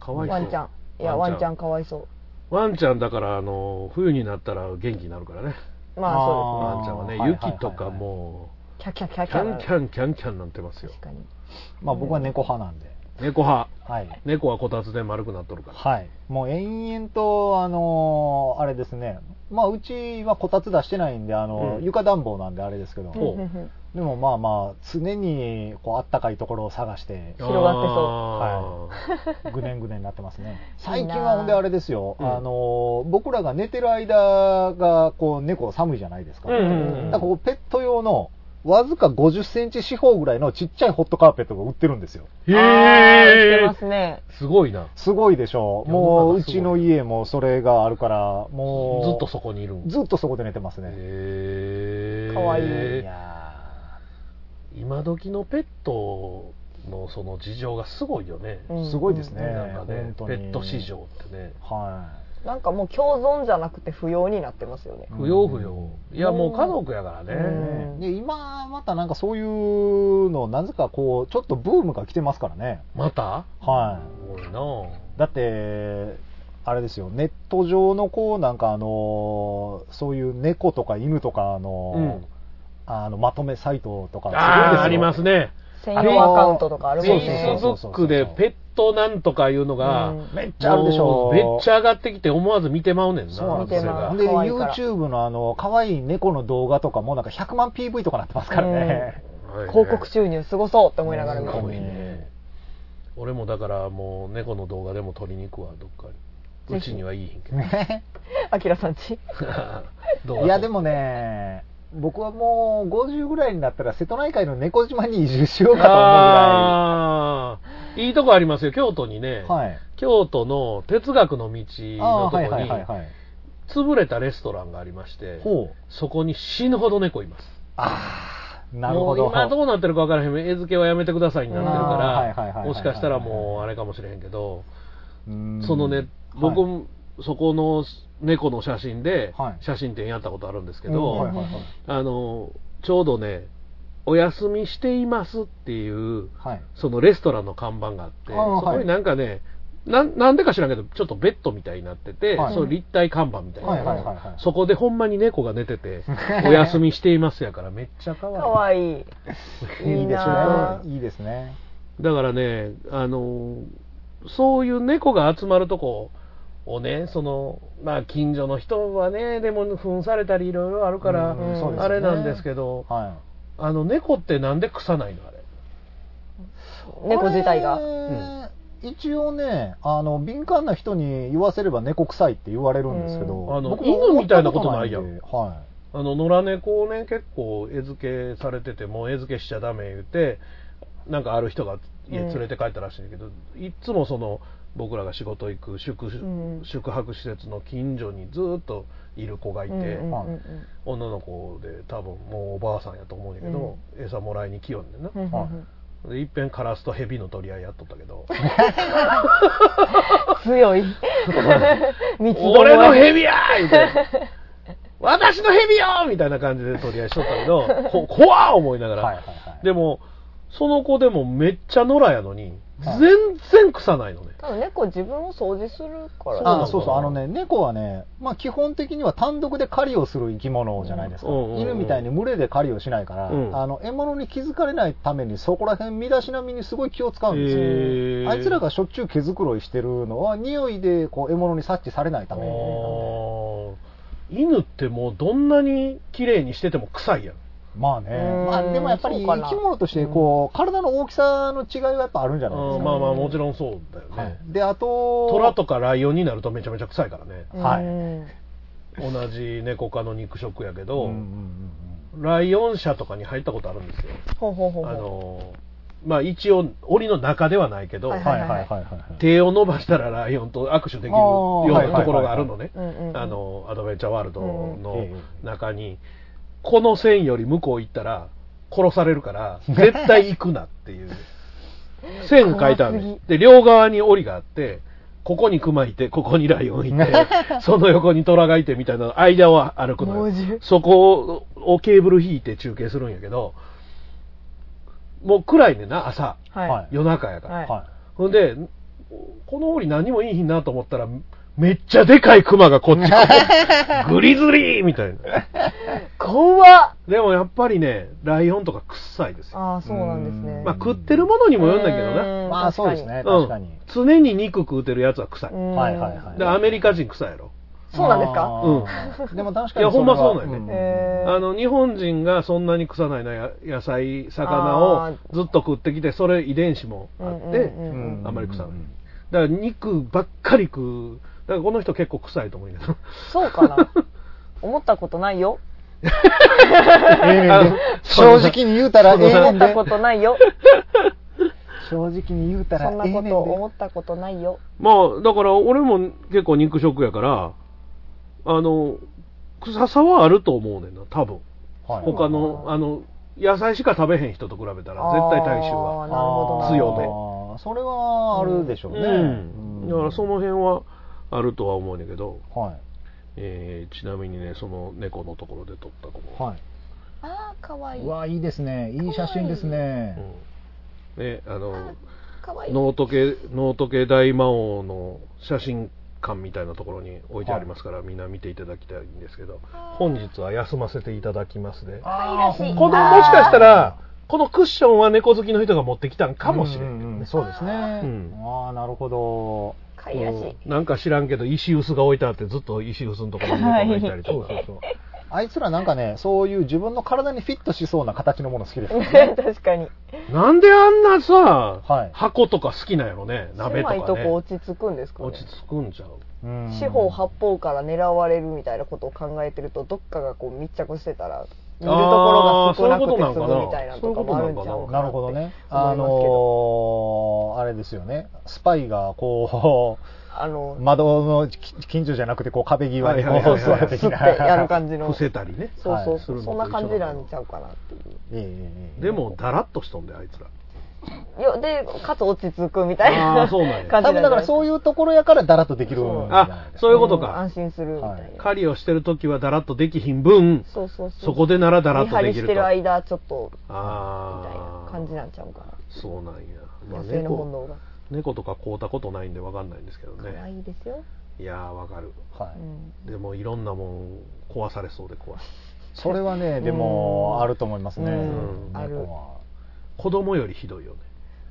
A: かわいそう
C: ワンちゃんいやワンちゃんかわいそ
A: ワンちゃんだからあの冬になったら元気になるからね
C: うまあ
B: あー
C: そう
A: ワンちゃんはね
B: はいはいはい
A: 雪とかも
C: ですねキャキャ
A: う
C: キ
A: キ
C: ャキャ
A: ャンキャンキャンキャンなんてますよ
C: 確かに
B: まあ僕は猫派なんで。
A: 猫派
B: はい。
A: 猫はこたつで丸くなっとるから
B: はい。もう延々と、あのーあれですね。まあうちはこたつ出してないんで、あのー
A: うん
B: 床暖房なんであれですけど、
A: ほう
B: でもまあまあ、常にこう、あったかいところを探して、
C: 広がってそう
A: そう
B: ぐねんぐねんになってますね。
C: いい
B: 最
C: な
B: 近はほんであれですよ、
A: うん
B: あの僕らが寝てる間がこう猫寒いじゃないですか。
A: うんうんうん
B: だからこうペット用のわずか50センチ四方ぐらいのちっちゃいホットカーペットが売ってるんですよ。
A: へ
C: ええ
A: え
C: ますね
A: すごいな
B: すごいでしょう。
A: 世の中
B: もうう
A: すごい
B: ちの家もそれがあるから、
A: ず
B: もう
A: っとそこにいるん
B: ずっとそこで寝てますね。
A: へえ
C: かわいい
B: いや
A: 今時のペットのその事情がすごいよね、
C: うん
B: ーすごいですね。
A: なんかね
B: 本当
A: ペ
B: に
A: ット市。場ってね
B: は
C: なんかもう共存じゃなくて不要になってますよね
B: い。
A: 不要不要いやもう家族やからね、
C: うん
B: で今またなんかそういうのなぜかこうちょっとブームが来てますからね
A: また
B: は
A: 多いない
B: だってあれですよネット上のこうなんかあのそういう猫とか犬とかの,、
A: うん
B: あのまとめサイトとか
A: ああありますね
C: 専用アカウントとかあ
A: フェ
C: るもん
A: イ
B: そう
A: ス
C: ね
A: ブ
B: そうそう
A: ックでペットなんとかいうのが、
C: うん
B: めっちゃあるでし
A: も
B: ょ
A: うめっちゃ上がってきて思わず見てまうねんな
B: そうなん
C: ですよ
A: それが
B: ほ
C: 見
B: ん
C: て
B: で
C: 可愛いから
B: YouTube のあの可愛い猫の動画とかもなんか100万 PV とかなってますからね、
A: はいね
C: 広告収入すごそうって思いながら見
A: す
C: て
A: ごいね俺もだからもう猫の動画でも撮りに行くわどっかに
C: ぜ
A: う
C: ひ
A: ちにはいいへ んけど
C: あきらさんち
A: 動画
B: いやでもね僕はもう50ぐらいになったら瀬戸内海の猫島に移住しようかと思うぐらい
A: ああいいとこありますよ、京都にね。
B: はい。
A: 京都の哲学の道の
B: ああー、
A: とこ
B: はい
A: に、
B: はいはいはい。
A: 潰れたレストランがありまして、
B: ほう。
A: そこに死ぬほど猫います。
B: ああ、なるほ
A: も
B: ど。
A: う今どうなってるか分からへん、餌付けはやめてくださいになってるか
B: あーはいはいはいはい
A: ら、
B: はい
A: もしかしたらもうあれかもしれへんけど、
B: うん
A: そのね、僕、そこの猫の写真で
B: はい、
A: 写真展やったことあるんですけ
B: うんはい
A: ど、
B: はいはい
A: あの、ちょうどね、お休みしていますっていう、
B: はい。
A: そのレストランの看板があって、
B: あー
A: そこになんかね、なんなんでか知らんけど、ちょっとベッドみたいになってて、
B: はい
A: その立体看板みたいなのが、
B: はいはいはいはい
A: そこでほんまに猫が寝て て、お休みしていますやから、めっちゃ可愛い。
C: かわいい。いいなぁ
B: いいですね。
A: だからね、あのそういう猫が集まるとこをね、そのまあ、近所の人はね、でも扮されたりいろいろあるから、
B: うんそうですね
A: あれなんですけど、
B: は
A: あの猫ってなんで腐ないの、あれ。
B: い。
C: 猫自体
B: あれ
C: が。
B: 一応ね、あの、敏感な人に言わせれば猫臭いって言われるんですけ
C: う
B: ど、
A: んあの
B: 僕も思った
A: 犬みたいなことない
B: んでは
A: あの野良猫をね、結構餌付けされてて、もう餌付けしちゃダメ言うて、なんかある人が家連れて帰ったらしいんだけど、いつもその僕らが仕事行く宿,、
C: ん
A: 宿泊施設の近所にずっといる子がいて。
C: うんうんうん
A: 女の子で多分もうおばあさんやと思うんやけど、餌もらいに来よんねんな
C: う、んうんうん
A: でいっぺんカラスとヘビの取り合いやっとったけ ど
C: 強 い。三つどもえ
A: 俺のヘビやーみたいな私のヘビよーみたいな感じで取り合いしとったけど こ怖ー思いなが
B: い。
A: ら、
B: はいはいはい。
A: でもその子でもめっちゃ野良やのに全然腐ないのね、
C: 多分猫自分を掃除するから。
A: そうなの
B: あそうそう、あのね、猫はね、まあ基本的には単独で狩りをする生き物じゃないですか。
A: うんうんうんうん
B: 犬みたいに群れで狩りをしないから、
A: うん
B: あの、獲物に気づかれないためにそこら辺身だしなみにすごい気を使うんですよ。
A: へー
B: あいつらがしょっちゅう毛づくろいしてるのは、匂いでこう獲物に察知されないためなんで
A: あー犬ってもうどんなに綺麗にしてても臭いやん
B: まあね、
C: うん
B: まあでもやっぱり
C: そうかな
B: 生き物としてこう、体の大きさの違いはやっぱあるんじゃ
A: あ
B: ないです
A: ー
B: か。
A: まあまあもちろんそうだよね、
B: はい、で、あと、
A: 虎とかライオンになるとめちゃめちゃ臭いからね
C: うん
B: はい
A: 同じ猫科の肉食やけ
B: うん
A: ど、
B: うんうんうん
A: ライオン社とかに入ったことあるんですよ
C: ほうほうほう
A: あ
C: ほ
A: のまあ一応檻の中ではないけど、
C: はい
B: はいはいはいはい。
A: 手を伸ばしたらライオンと握手できる
B: あ
A: よ
B: ー
A: うなところがあるのね
C: う。うんうんうん
A: あのアドベンチャーワールドの
B: うん
A: 中に、この線より向こう行ったら殺される から絶対行くなっていう線書いたん
C: 怖す
A: で両側に檻があってここにクマいてここにライオンい てその横に虎がいてみたいな間を歩くの
C: 猛獣
A: よそこをケーブル引いて中継するんやけどもう暗いねんな朝
C: はい
B: はい
A: 夜中やから、
C: はい
B: は
A: ほんでこの檻何もいい日なと思ったらめっちゃでかいクマがこっち 来るグリズリーみたいな
C: 怖っ
A: でもやっぱりね、ライオンとか臭いですよ。
C: ああそうなんですね
B: うん
A: まあ食ってるものにもよるんだけど
C: う
A: な。
B: い。
C: ん
B: まあそうですね、
A: うん
B: 確かに。
A: 常に肉食うてるやつは臭い。
C: うん
B: はいはいはい
A: でアメリカ人臭いやろ。
C: そうなんですか
B: すかでも確かにれはい
A: やほんまそうなんやね
C: へー
A: あの日本人がそんなに臭ないなや野菜、魚を
C: あ
A: ずっと食ってきて、それ遺伝子もあ
C: うん
A: っ
C: うんう
A: て、
B: うんん
A: あんまり臭いだから肉ばっかり食う。だからこの人結構臭いと思うけ ど。
C: そうかな思ったことないよ
B: ええ
A: あの
B: 正直に言うた らええね
C: 思
B: ん
C: った
B: で
C: ことないよ
B: 正直に言うた
C: そ
B: ら
C: ん
B: え
C: な
B: えね
C: こ
B: んで
C: と思ったことないよ
A: まあ、だから俺も結構肉食やから、あの、臭さはあると思うねんな、多分。
B: はい
A: 他のあの野菜しか食べへん人と比べたら絶対体臭は、
C: あーなるほどな
A: 強め
B: あーそれはあるでしょうね、
A: うん、だからそ
B: の
A: の辺はあるとは思うんだけど、
B: は
A: えーちなみにねその猫のところで撮った子も、
B: いはい
C: ああかわいうい
B: わいいですねいい写真ですね
A: うんねあの
C: かわいい
A: ノート系ノート系大魔王の写真館みたいなところに置いてありますから、みんな見ていただきたいんですけど本日は休ませていただきますで
B: あー
A: このもしかしたらこのクッションは猫好きの人が持ってきたんかもしれん
B: うううそうですね、
A: ん
B: ああなるほど
C: かいらしい
A: なんか知らんけど石臼が置いてあってずっと石臼のところに猫がいたりとか、
B: あいつらなんかねそういう自分の体にフィットしそうな形のもの好きですよ ね
C: 確かに
A: なんであんなさ、
B: はい
A: 箱とか好きなんやろね鍋と
C: 狭
A: か
C: い
A: ね
C: とこ落ち着くんですかね
A: 落ち着くんちゃう
B: うん
C: 四方八方から狙われるみたいなことを考えてるとどっかがこう密着してたら見るところが少なくて
A: あーそういうことなん
C: 済
A: か
C: む
A: な
C: みたいなとかもあるんちゃうか
B: な
C: な
B: る
C: って
B: ほ
C: 思
B: ど
C: います
B: ね
C: け。ど
B: あのーあれですよね。スパイが、こ
C: あの
B: う、窓のき近所じゃなくて、こう、壁際にこ
A: は
B: う
A: いはいはい
B: 座る的
C: 吸
B: な。
C: ってやる感じの
A: 伏せたりね
C: そうそうそう、
A: はい
C: そんな感じなんちゃうかなっていう
B: ええええ
A: で、もだらっとしとんであいつら
C: いやでかつ落ち着くみたい
A: あ
C: な
A: ー そうなんや
B: 多
C: 感じ
B: 分だからそう
C: いう
B: いうところやからだらっとできるんじゃないですか
A: あそういうことか
C: 安心するみたいな、
B: はい
A: 狩りをしてる時はだらっとできひん分
C: そうそうそ
A: そ
C: う
A: こでならだらっとで
C: 見張り
A: き
C: し
A: る
C: て
A: と
C: る間ちょっとみたい
A: あ
C: な
A: あ
C: 感じなんちゃうかな
A: そうなんや、まあ
C: 野生の本
A: 猫
C: 能が
A: 猫とか買うたことないんでわかんないんですけど
C: 可愛
A: ね
C: いですよ、
A: いやーわかる
B: はい
C: うん
A: でもいろんなもん壊されそうで怖い
B: それはね、でも、
C: うん
B: あると思いますね。
C: う
B: 猫
C: ん
B: は
C: ある
A: 子供よりひどいよね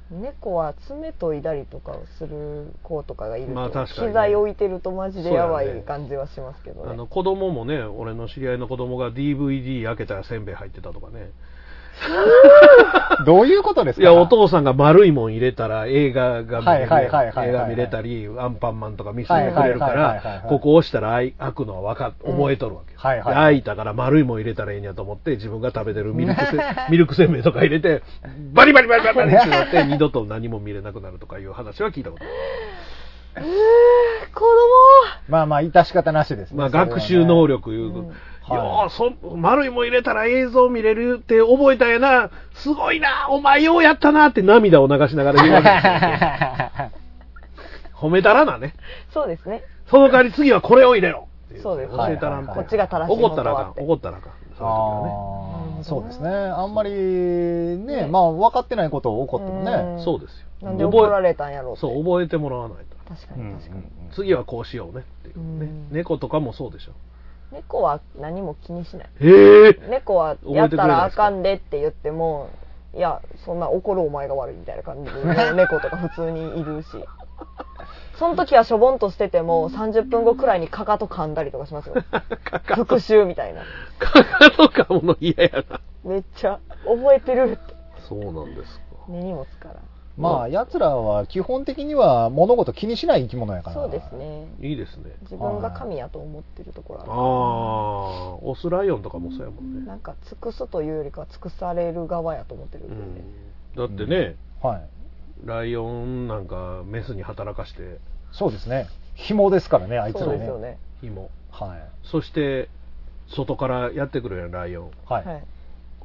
C: 猫は爪研いだりとかをする子とかがいると、
A: まあ確かにね
C: 機材置いてるとマジでやば
A: そうやね
C: い感じはしますけど
A: あ
C: ね
A: の子供もね俺の知り合いの子供が DVD 開けたらせんべい入ってたとかね
B: どういうことです
A: い
B: か
A: やお父さんが丸いもん入れたら映画が見れる
B: はいはいはいはいはい
A: 映画見れたりアンパンマンとか見せてくれるか
B: はいはいはいはい
A: ら
B: はい
A: ここ押したら開開くのはわか覚えとるわけ、
B: はいはい
A: で開いたから丸いもん入れたらええんやと思って自分が食べてるミルクせ ミルクせんべいとか入れてバリバリバリバリバリってなって二度と何も見れなくなるとかいう話は聞いたことある
C: 子供
B: まあまあ、致し方なしですね。
A: まあ、
B: それはね
A: 学習能。力いう、
C: うん
A: いや
B: は
A: ーそ丸いもん入れたら映像見れるって覚えたんやなすごいなお前ようやったなって涙を流しながら言うわ けです よ褒めたらなね
C: そうですね
A: その代わり次はこれを入れろってい
C: そうです
A: 教えたらんと、
B: はいはいはいこっ
C: ちが正しい
A: 怒ったらあ
C: こ
A: かん
C: とは
A: 怒ったらあかんその
B: あ
C: うん
B: あ、そうですね。あんまりね、まあ、分かってないことを起こっても
C: う
A: 時は
B: ね。
A: ねそうですよ
C: なんで怒ら
A: 覚
C: れたんや
A: え
C: ろうって
A: そう覚えてもらわないと
C: 確かに確かに、
A: 次はこうしようねっていうね
C: うん
A: 猫とかもそうでしょ
C: 猫は何も気にしない
A: ええ
C: 猫はやったらあかんでって言ってもいやそんな怒るお前が悪いみたいな感じで ね猫とか普通にいるしその時はしょぼんとしてても30分後くらいにかかと噛んだりとかしますよ復讐みたいな
A: かかとかもの嫌やな
C: めっちゃ覚えてるって
A: そうなんですか
C: 根にもつから
B: まあ、奴らは基本的には物事気にしない生き物やから。
C: そうです。ね
A: いいですね
C: 自分が神やと思ってるところある
A: ああオスライオンとかもそうやもんね、
C: なんか尽くすというよりかは尽くされる側やと思ってるん
A: う
C: で、
A: ん、だってね、
B: はい。
A: ライオンなんかメスに働かして
B: そうですね。紐ですからね、あいつら
C: そう
B: ね。
C: ですよね
A: 紐
B: はい。
A: そして外からやってくるやんライオン
B: はい。
C: はい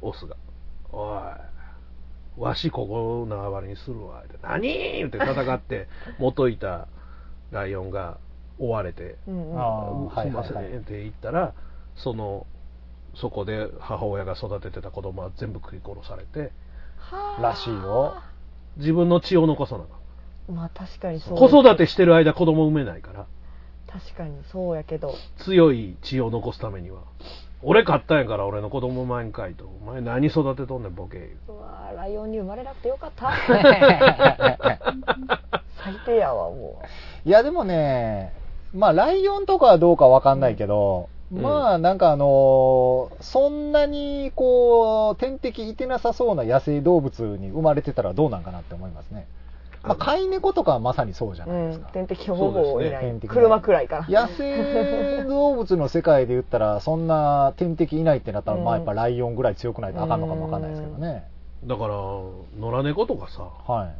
A: オスが「おいわしここ縄張りにするわ」って「何?」って戦って 元いたライオンが追われて
C: うんうん
B: あ
A: 「
B: あ
A: う
B: は
A: す
B: い
A: んま
B: はい
A: せ
B: はい
A: ん」って言ったらそのそこで母親が育ててた子供は全部食い殺されて
B: らしいよ。
A: 自分の血を残さなあかん
C: まあ確かにそう
A: 子育てしてる間子供産めないから
C: 確かにそうやけど
A: 強い血を残すためには俺買ったんやから俺の子供産まんかいとお前何育てとんねんボケ
C: うわーライオンに生まれなくてよかった 最低やわも
B: いや、でもね、まあ、ライオンとかはどうかわかんないけど、
A: うん
B: まあ、なんかあのーそんなに、こう、天敵いてなさそうな野生動物に生まれてたらどうなんかなって思いますね。まあ、飼い猫とかはまさにそうじゃ
C: う、
B: ない
C: う
B: です
C: ん
B: か、。
C: 天敵ほぼいない、
B: そうですね
C: 車くらいかな
B: 野生動物の世界で言ったら、そんな天敵いないってなったら、まあ、
C: うん
B: やっぱライオンぐらい強くないとあかんのかもわかんないですけどね。
A: だから野良猫とかさ
B: はい。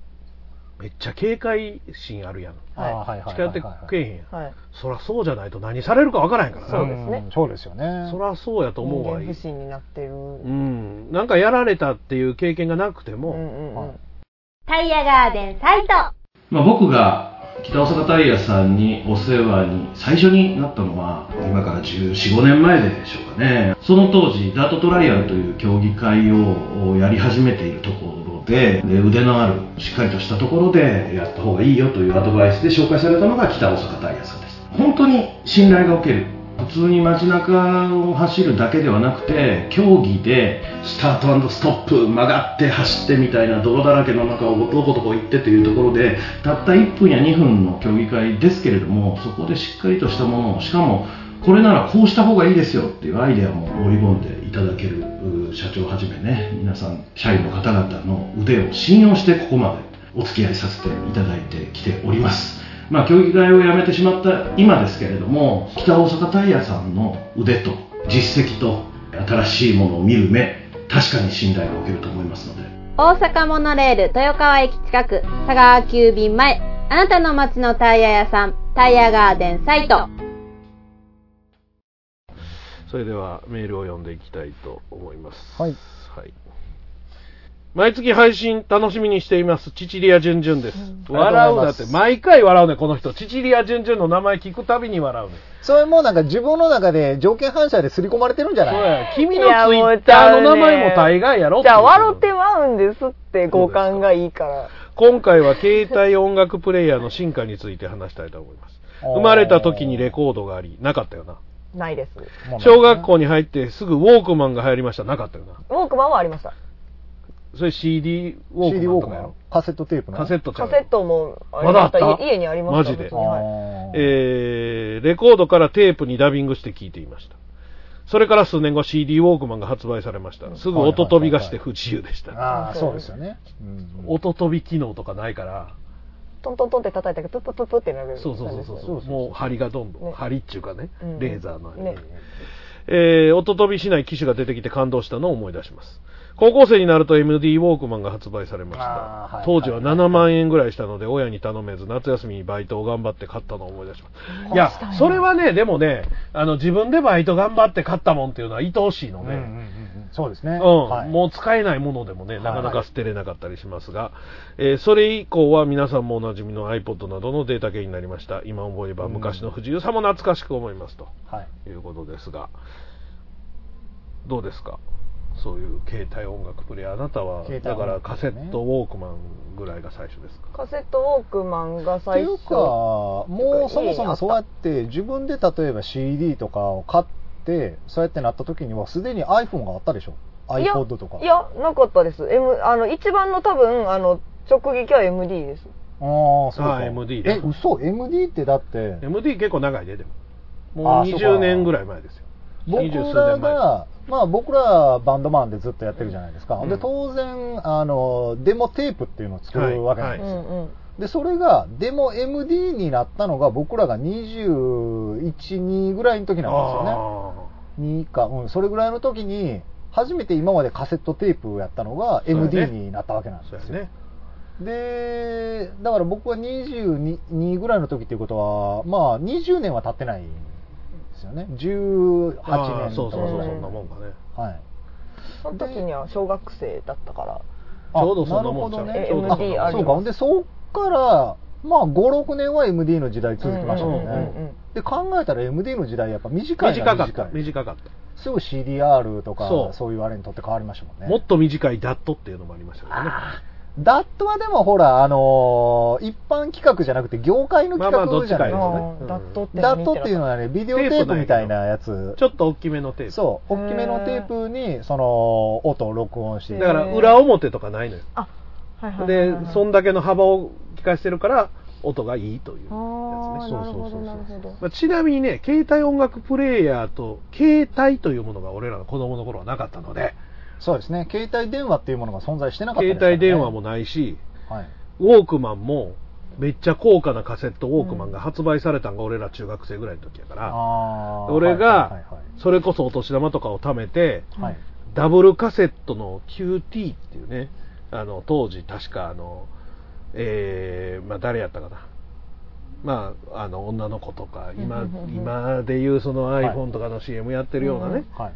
A: めっちゃ警戒心あるやん
C: はい
B: あーはいはい
A: 近寄ってくれへんやん、
C: はい
A: そらそうじゃないと何されるかわからへんから
C: そう
A: な
C: ですね
B: んそうですよね。
A: そらそうやと思
C: 人
A: うわ
C: 間不信になってる、うん
A: うんなんかやられたっていう経験がなくて
C: う
A: も、
C: んうん
B: はい
H: タイヤガーデンサイト
D: まあ、僕が北大阪タイヤさんにお世話に最初になったのは今から1415年前でしょうかねその当時ダートトライアルという競技会をやり始めているところでで腕のあるしっかりとしたところでやった方がいいよというアドバイスで紹介されたのが北大阪タイヤさんです本当に信頼がおける普通に街中を走るだけではなくて競技でスタートストップ曲がって走ってみたいな泥だらけの中をどこどこ行ってというところでたった1分や2分の競技会ですけれどもそこでしっかりとしたものをしかもこれならこうした方がいいですよっていうアイデアも織り込んでいただけるう社長はじめね皆さん社員の方々の腕を信用してここまでお付き合いさせていただいてきておりますまあ競技会をやめてしまった今ですけれども北大阪タイヤさんの腕と実績とえ新しいものを見る目確かに信頼がおけると思いますので
E: 大阪モノレール豊川駅近く佐川急便前あなたの街のタイヤ屋さんタイヤガーデンサイト
A: それではメールを読んでいきたいと思います
B: はい、
A: はい毎月配信楽しみにしています。チチリアジュンジュンです。笑うなって、毎回笑うね、この人。チチリアジュンジュンの名前聞くたびに笑うね。
B: それもなんか自分の中で条件反射で刷り込まれてるんじゃ
A: そう
B: ない
A: や、君
C: い
A: のツイ
C: やもう
A: ッ
C: ち
A: タ
C: ゃ
A: ー
C: うね
A: の名前も大概やろ
C: じゃあ、笑っててまうんですって、五感がいいから。
A: 今回は携帯音楽プレイヤーの進化について話したいと思います。生まれた時にレコードがあり、なかったよな。
C: ないです。ウ
A: 小学校に入ってすぐウォークマンが流行りました、なかったよな。
C: ォークマンはありました。
A: それ CD ウォー
B: CD
A: クマ
B: ウ
A: ンと
B: ォーク
A: か
B: マ
A: や
B: ン
A: ろ。
B: カセットテープの
A: カセットちゃ
C: カ
A: う
C: セットもあ
A: ま
C: りました。
A: だあった
C: 家家にありま
A: マ
C: した。
A: ジで
C: 別にはい
B: あー
A: えーレコードからテープにダビングして聴いていました。それから数年後 CD ウォークマンが発売されました。すぐ音飛びがして不自由でした。
B: あーそうですよね、うん
A: 音飛び機能とかないから、
C: トントントンって叩いたけど、プップップッってなる。
A: そうそうそうそう
C: 感じですね
A: そうもう針がどんどん
C: ね
A: 針っちゅうかね、
C: うん
A: レーザーの針
C: ね
A: えー、音飛びしない機種が出てきて感動したのを思い出します高校生になると MD ウォークマンが発売されました、
B: あーはい
A: 当時は7万円ぐらいしたので親に頼めず夏休みにバイトを頑張って買ったのを思い出しますいやそれはねでもねあの自分でバイト頑張って買ったもんっていうのは愛おしいの
B: うん
A: ね、
B: うんうんうんそうですね、
A: うん
B: はい
A: もう使えないものでもね、なかなか捨てれなかったりしますが、えーそれ以降は皆さんもおなじみの iPod などのデータ系になりました、今思えば昔の不自由さも懐かしく思いますと
B: はい、
A: いうことですが、どうですか、そういう携帯音楽プレイヤー、あなたは、
B: 携帯
A: だ
B: 音楽
A: から
B: ね
A: カセット、ウォークマンぐらいが最初ですか。
C: カセットウォークマンが
B: ってい
C: 最
B: う
C: 初。
B: か、もうそもそもそうやって、自分で例えば CD とかを買って、そうやってなった時には、すでに iPhone があったでしょ、
C: いや
B: iPod とか。
C: いや、なかったです。M、あの、一番の多分、あの、直撃は MD です。
B: あーそう
A: あ
B: か。
A: ー MD ね
B: え、嘘 ?MD ってだって、
A: MD 結構長いね、でも。も
B: あ
A: う
B: ーそうか
A: 20年ぐらい前ですよ。
B: 僕
A: 20数
B: ら
A: 年前
B: が、まあ僕らバンドマンでずっとやってるじゃないですか。
A: うん
B: で、当然、あの、デモテープっていうのを作るわけな
A: は
B: んで
A: い
B: すよ。
C: うんうん。
B: で、それが、デモ MD になったのが僕らが21、2ぐらいの時なんですよね。にか、うん、それぐらいの時に、初めて今までカセットテープやったのが
A: そうやね
B: MD になったわけなん
A: あー
B: です
A: そう
B: よ。
A: ですね。
B: で、だから僕は22ぐらいの時っていうことは、まあ20年は経ってないんですよね。18
A: あー
B: 年
A: そ
B: と
A: う
B: か
A: そう
B: ぐらい
A: そう、そ
C: ん
A: んなもんかね。
B: はい。
C: その時には小学生だったから。
A: ちょうどそんなもんちゃう
B: なる
C: ほどね
B: あ
C: MD ある
B: そうか。ほんで、そっから、まあ5、6年は MD の時代続きましたもん
C: うんうんうんう
B: ね
C: ん。
B: で、考えたら MD の時代やっぱ短いのは
A: 短かった、短かった。
B: すぐ CDR とか
A: そう
B: そういうあれにとって変わりましたもんね。
A: もっと短いダットっていうのもありましたけどね。
B: ダットはでもほら、あのー一般企画じゃなくて業界の企
A: まあまあどっ
B: 画じ
A: ち
B: ゃ
A: か
B: な
A: や
B: い
A: ね
B: ですか
A: うん
B: ね。
C: ダットって
B: ダ
C: 何
B: ットっていうのはね、ビデオテープみたいなやつ。
A: ちょっと大きめのテープ。
B: そう、大きめのテープに、その、音を録音して。
A: だか
B: だから
A: 裏表とかないのよ。
C: はいはいはい
A: で
C: はい、
A: そんだけの幅を聞かせてるから、音がいいというやつね。
C: ああ、
A: そう
C: なるほど、なる
A: そう
C: ほど。
A: まあちなみにね、携帯音楽プレイヤーと、携帯というものが俺らの子供の頃はなかったので、
B: そうですね、携帯電話っていうものが存在してなかったです
A: 携
B: からね
A: 帯電話も。ないし、
B: はい。
A: ウォークマンも、めっちゃ高価なカセットウォークマンが発売されたんが俺ら中学生ぐらいの時やから、
B: あー
A: 俺
B: は
A: が
B: いはい
A: それこそお年玉とかを貯めて、
B: はいはい。はい
A: ダブルカセットの QT っていうね、あの当時、確かあの、えーまあ、誰やったかな、まあ、あの女の子とか、今
C: うんうんうんうん
A: 今でいうその
B: い
A: iPhone とかの CM やってるようなね、
B: はい。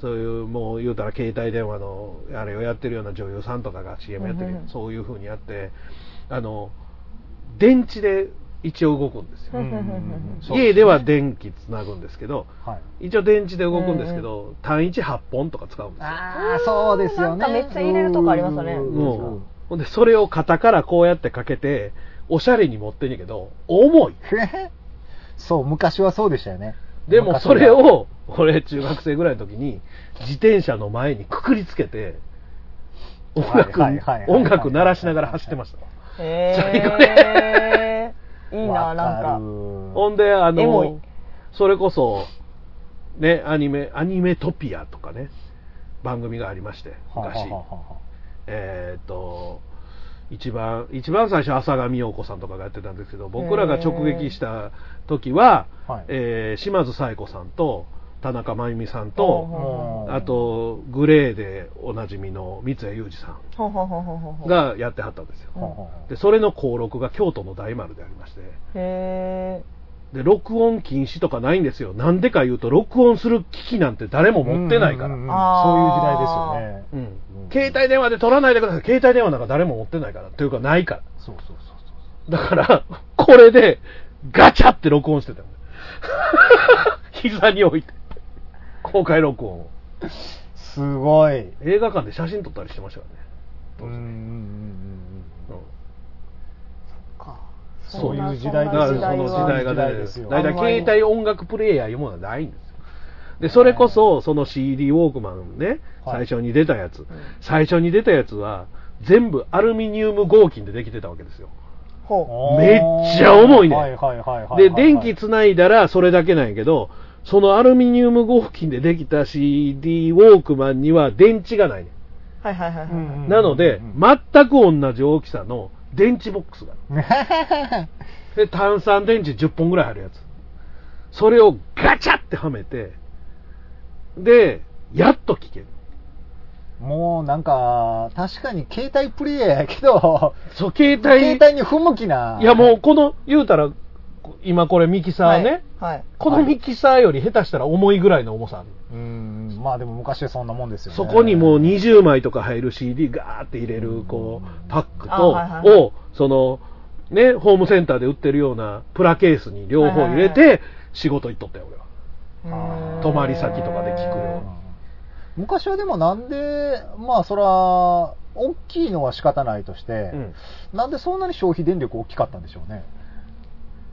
A: そういう、もう言うたら携帯電話のあれをやってるような女優さんとかが CM やってる、
C: うんうんうん
A: そういう風にやって、あの電池で一応動くんですよ。
C: うんうんうん
B: そう
A: 家では電気つなぐんですけど、
B: はい。
A: 一応電池で動くんですけど、単一8本とか使うんですよ。
B: ああ、そうですよね。
C: なんかめっちゃ入れるとこありましたね
A: もうほんでそれを型からこうやってかけておしゃれに持ってんやけど重い
B: そう、昔はそうでしたよね。
A: でも
B: 昔
A: そ
B: は
A: れ、を俺中学生ぐらいの時に自転車の前にくくりつけて音楽
B: はいはいはいはい
A: 音楽鳴らしながら走ってました最高
C: へえ。いいな、なん
B: わ
C: か
B: る。
A: ほんであ
C: エモい
A: のそれこそねアニメ「アニメトピア」とかね番組がありまして
B: はあはあ
A: 昔
B: はあはあ
A: えーっと一番一番最初浅上陽子さんとかがやってたんですけど僕らが直撃した時は、
B: はい
A: えー島津冴子さんと田中真由美さん
C: ほう
A: と、
C: ほ
A: あと、グレーでおなじみの三谷裕二さ
C: うほうほうほうほうほうほ
A: ん
C: う
A: がやってはったんですよ。で、それの公録が京都の大丸でありまして、
C: へえ
A: で、録音禁止とかないんですよ。なんでか言うと、録音する機器なんて誰も持ってないから。
B: うんうんうん
C: あー
B: そういう時代ですよね。
A: うん携帯電話で取らないでください。携帯電話なんか誰も持ってないから。というか、ないから。
B: そうそうそうそう。
A: だから、これで、ガチャって録音してたの。 膝に置いて。公開録音を。
B: すごい。
A: 映画館で写真撮ったりしてましたからね。
B: うんうんうんうん
A: うん
B: そういう時
A: だ
B: 代
A: か
B: です
A: ら
B: よ
A: そ
B: ね
A: の時代が出てですよ。
B: そ
A: だ
B: う
A: いた
B: い
A: い
B: う
A: 携帯音楽プレイヤーいうものはないんですよ。で、それこそ、その CD ウォークマンね、
B: は
A: 最
B: い
A: 初に出たやつ。最初に出たやつは、全部アルミニウム合金でできてたわけですよ。
C: ほ
A: めっちゃ重いね
B: はいはいはいはい。
A: で、電気つないだらそれだけなんやけど、そのアルミニウム合金でできた CD ウォークマンには電池がないね
C: うはいはいはいはい
B: うんうんうんうん
A: ん。なので、全く同じ大きさの電池ボックスがある。で、炭酸電池10本ぐらいあるやつ。それをガチャってはめて、で、やっと聞ける。
B: もうなんか、確かに携帯プレイヤーやけど、
A: そう、携帯、
B: 携帯に不向きな。
A: いやもうこの、言うたら、こ今これミキサーね、
C: はい
A: このミキサーより下手したら重いぐらいの重さある。
B: うん、まあでも昔はそんなもんですよね。
A: そこにもう20枚とか入る CD ガーって入れるこうパ
C: あはい
A: ッ
C: は
A: ク
C: い
A: と
C: はい
A: をそのねホームセンターで売ってるようなプラケースに両方入れ
C: は
A: て仕事行っとったよ俺は
C: うん
A: 泊まり先とかで聞く
B: う
A: よ
B: ん昔はでもなんで、まあそら、大きいのは仕方ないとして、
A: うん
B: なんでそんなに消費電力大きかったんでしょうね。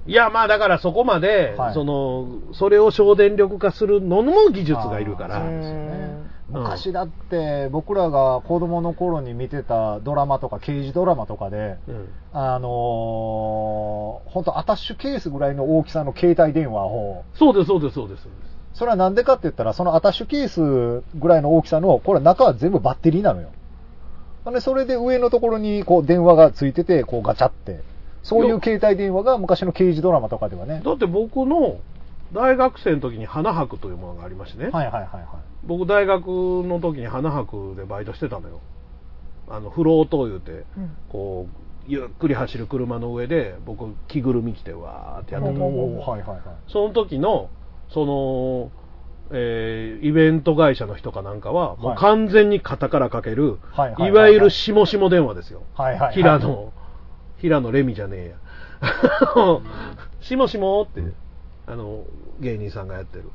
A: いやまあだからそこまで
B: はい
A: そのそれを省電力化するのも技術がいるか
B: あーそう
A: ら
B: ですよね
A: うん
B: 昔だって僕らが子供の頃に見てたドラマとか刑事ドラマとかで、
A: うん
B: あのー、本当アタッシュケースぐらいの大きさの携帯電話を、
A: そうですそうですそうですそうです
B: それはなんでかって言ったら、そのアタッシュケースぐらいの大きさの、これ中は全部バッテリーなのよ。で、それで上のところにこう電話がついてて、こうガチャって。そういう携帯電話が昔の刑事ドラマとかではね。
A: だって僕の大学生の時に花博というものがありましてね
B: はいはいはいはい。
A: 僕大学の時に花博でバイトしてたのよあのフロート言うて
C: うん
A: こうゆっくり走る車の上で僕着ぐるみ着てわーってやってた
C: ほうほうほう
B: はいはいはい。
A: その時のその、えーイベント会社の人かなんかはもう
B: はい
A: 完全に型からかける、
B: は
A: い
B: いはいはいはい
A: わゆる下下電話ですよ、
B: はいはいはい
A: 平野平野レミじゃねえやあの下下ってあの芸人さんがやってる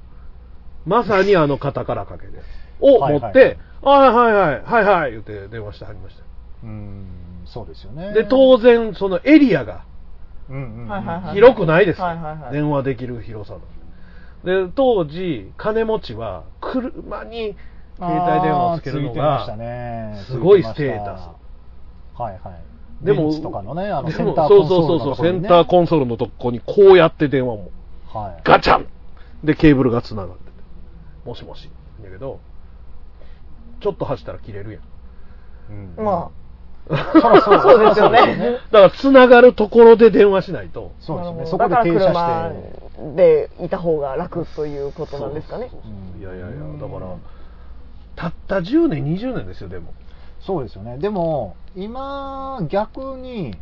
A: まさにあの型からかけるを持って、あはいはいはいはいはい言って電話してはりました
B: うーん、そうですよね。
A: で、当然、そのエリアが
B: うんうんうん、
C: はいはいはい
A: 広くないですよ、
C: はいはいはい
A: 電話できる広さの。で、当時、金持ちは車に携帯電話をつけるの
B: あーついてました
A: が、
B: ね
A: すごいステータス
B: ついてましたはいはい。
A: でも
B: ベンチとかのね、あの
A: で
B: セ
A: も
B: ンター
A: そう
B: コン
A: そ
B: ソ
A: うそ
B: ー
A: うそう、
B: ルのとこ
A: セ
B: ろに
A: ン
B: ね
A: ターコンソールのとこにこうやって電話も、
B: はい。
A: ガチャンでケーブルがつながってて、もしもし、だけど、ちょっと走ったら切れるやん。
B: うん
C: ま
B: そらそう
C: あそうですよ。ね
A: だから、つながるところで電話しないと、
B: そうですよね。
C: なるほ
B: そ
C: ど
B: こ
C: だ
B: で
C: から
B: 停車して。
C: 車でいた方が楽ということなんですかね
A: そうそうそうそういやいやいや、
B: うん
A: だから、たった10年、20年ですよ、でも。
B: そうですよね。でも、今、逆に、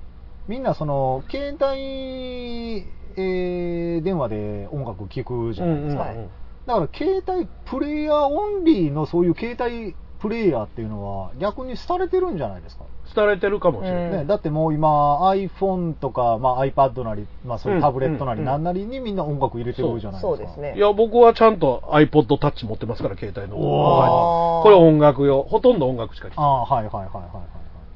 B: みんなその、携帯、えー電話で音楽聴くじゃないですか。
A: うんうんうん
B: だから、携帯プレイヤーオンリーのそういう携帯プレイヤーっていうのは、逆に廃れてるんじゃないですか。
A: 廃れてるかもしれない、
C: うん
B: ね、だってもう今、iPhone とか、まあ、iPad なり、まあ、そういうタブレット
A: う
B: なり、
A: ん
B: なんなりにみんな音楽入れてるじゃないですか。
C: そうですね
A: いや僕はちゃんと iPod タッチ持ってますから携帯の
B: お
C: ー
A: これ音楽用ほとんど音楽しか聴
B: あ
A: く
B: あ、はいはいはいはいはいはい。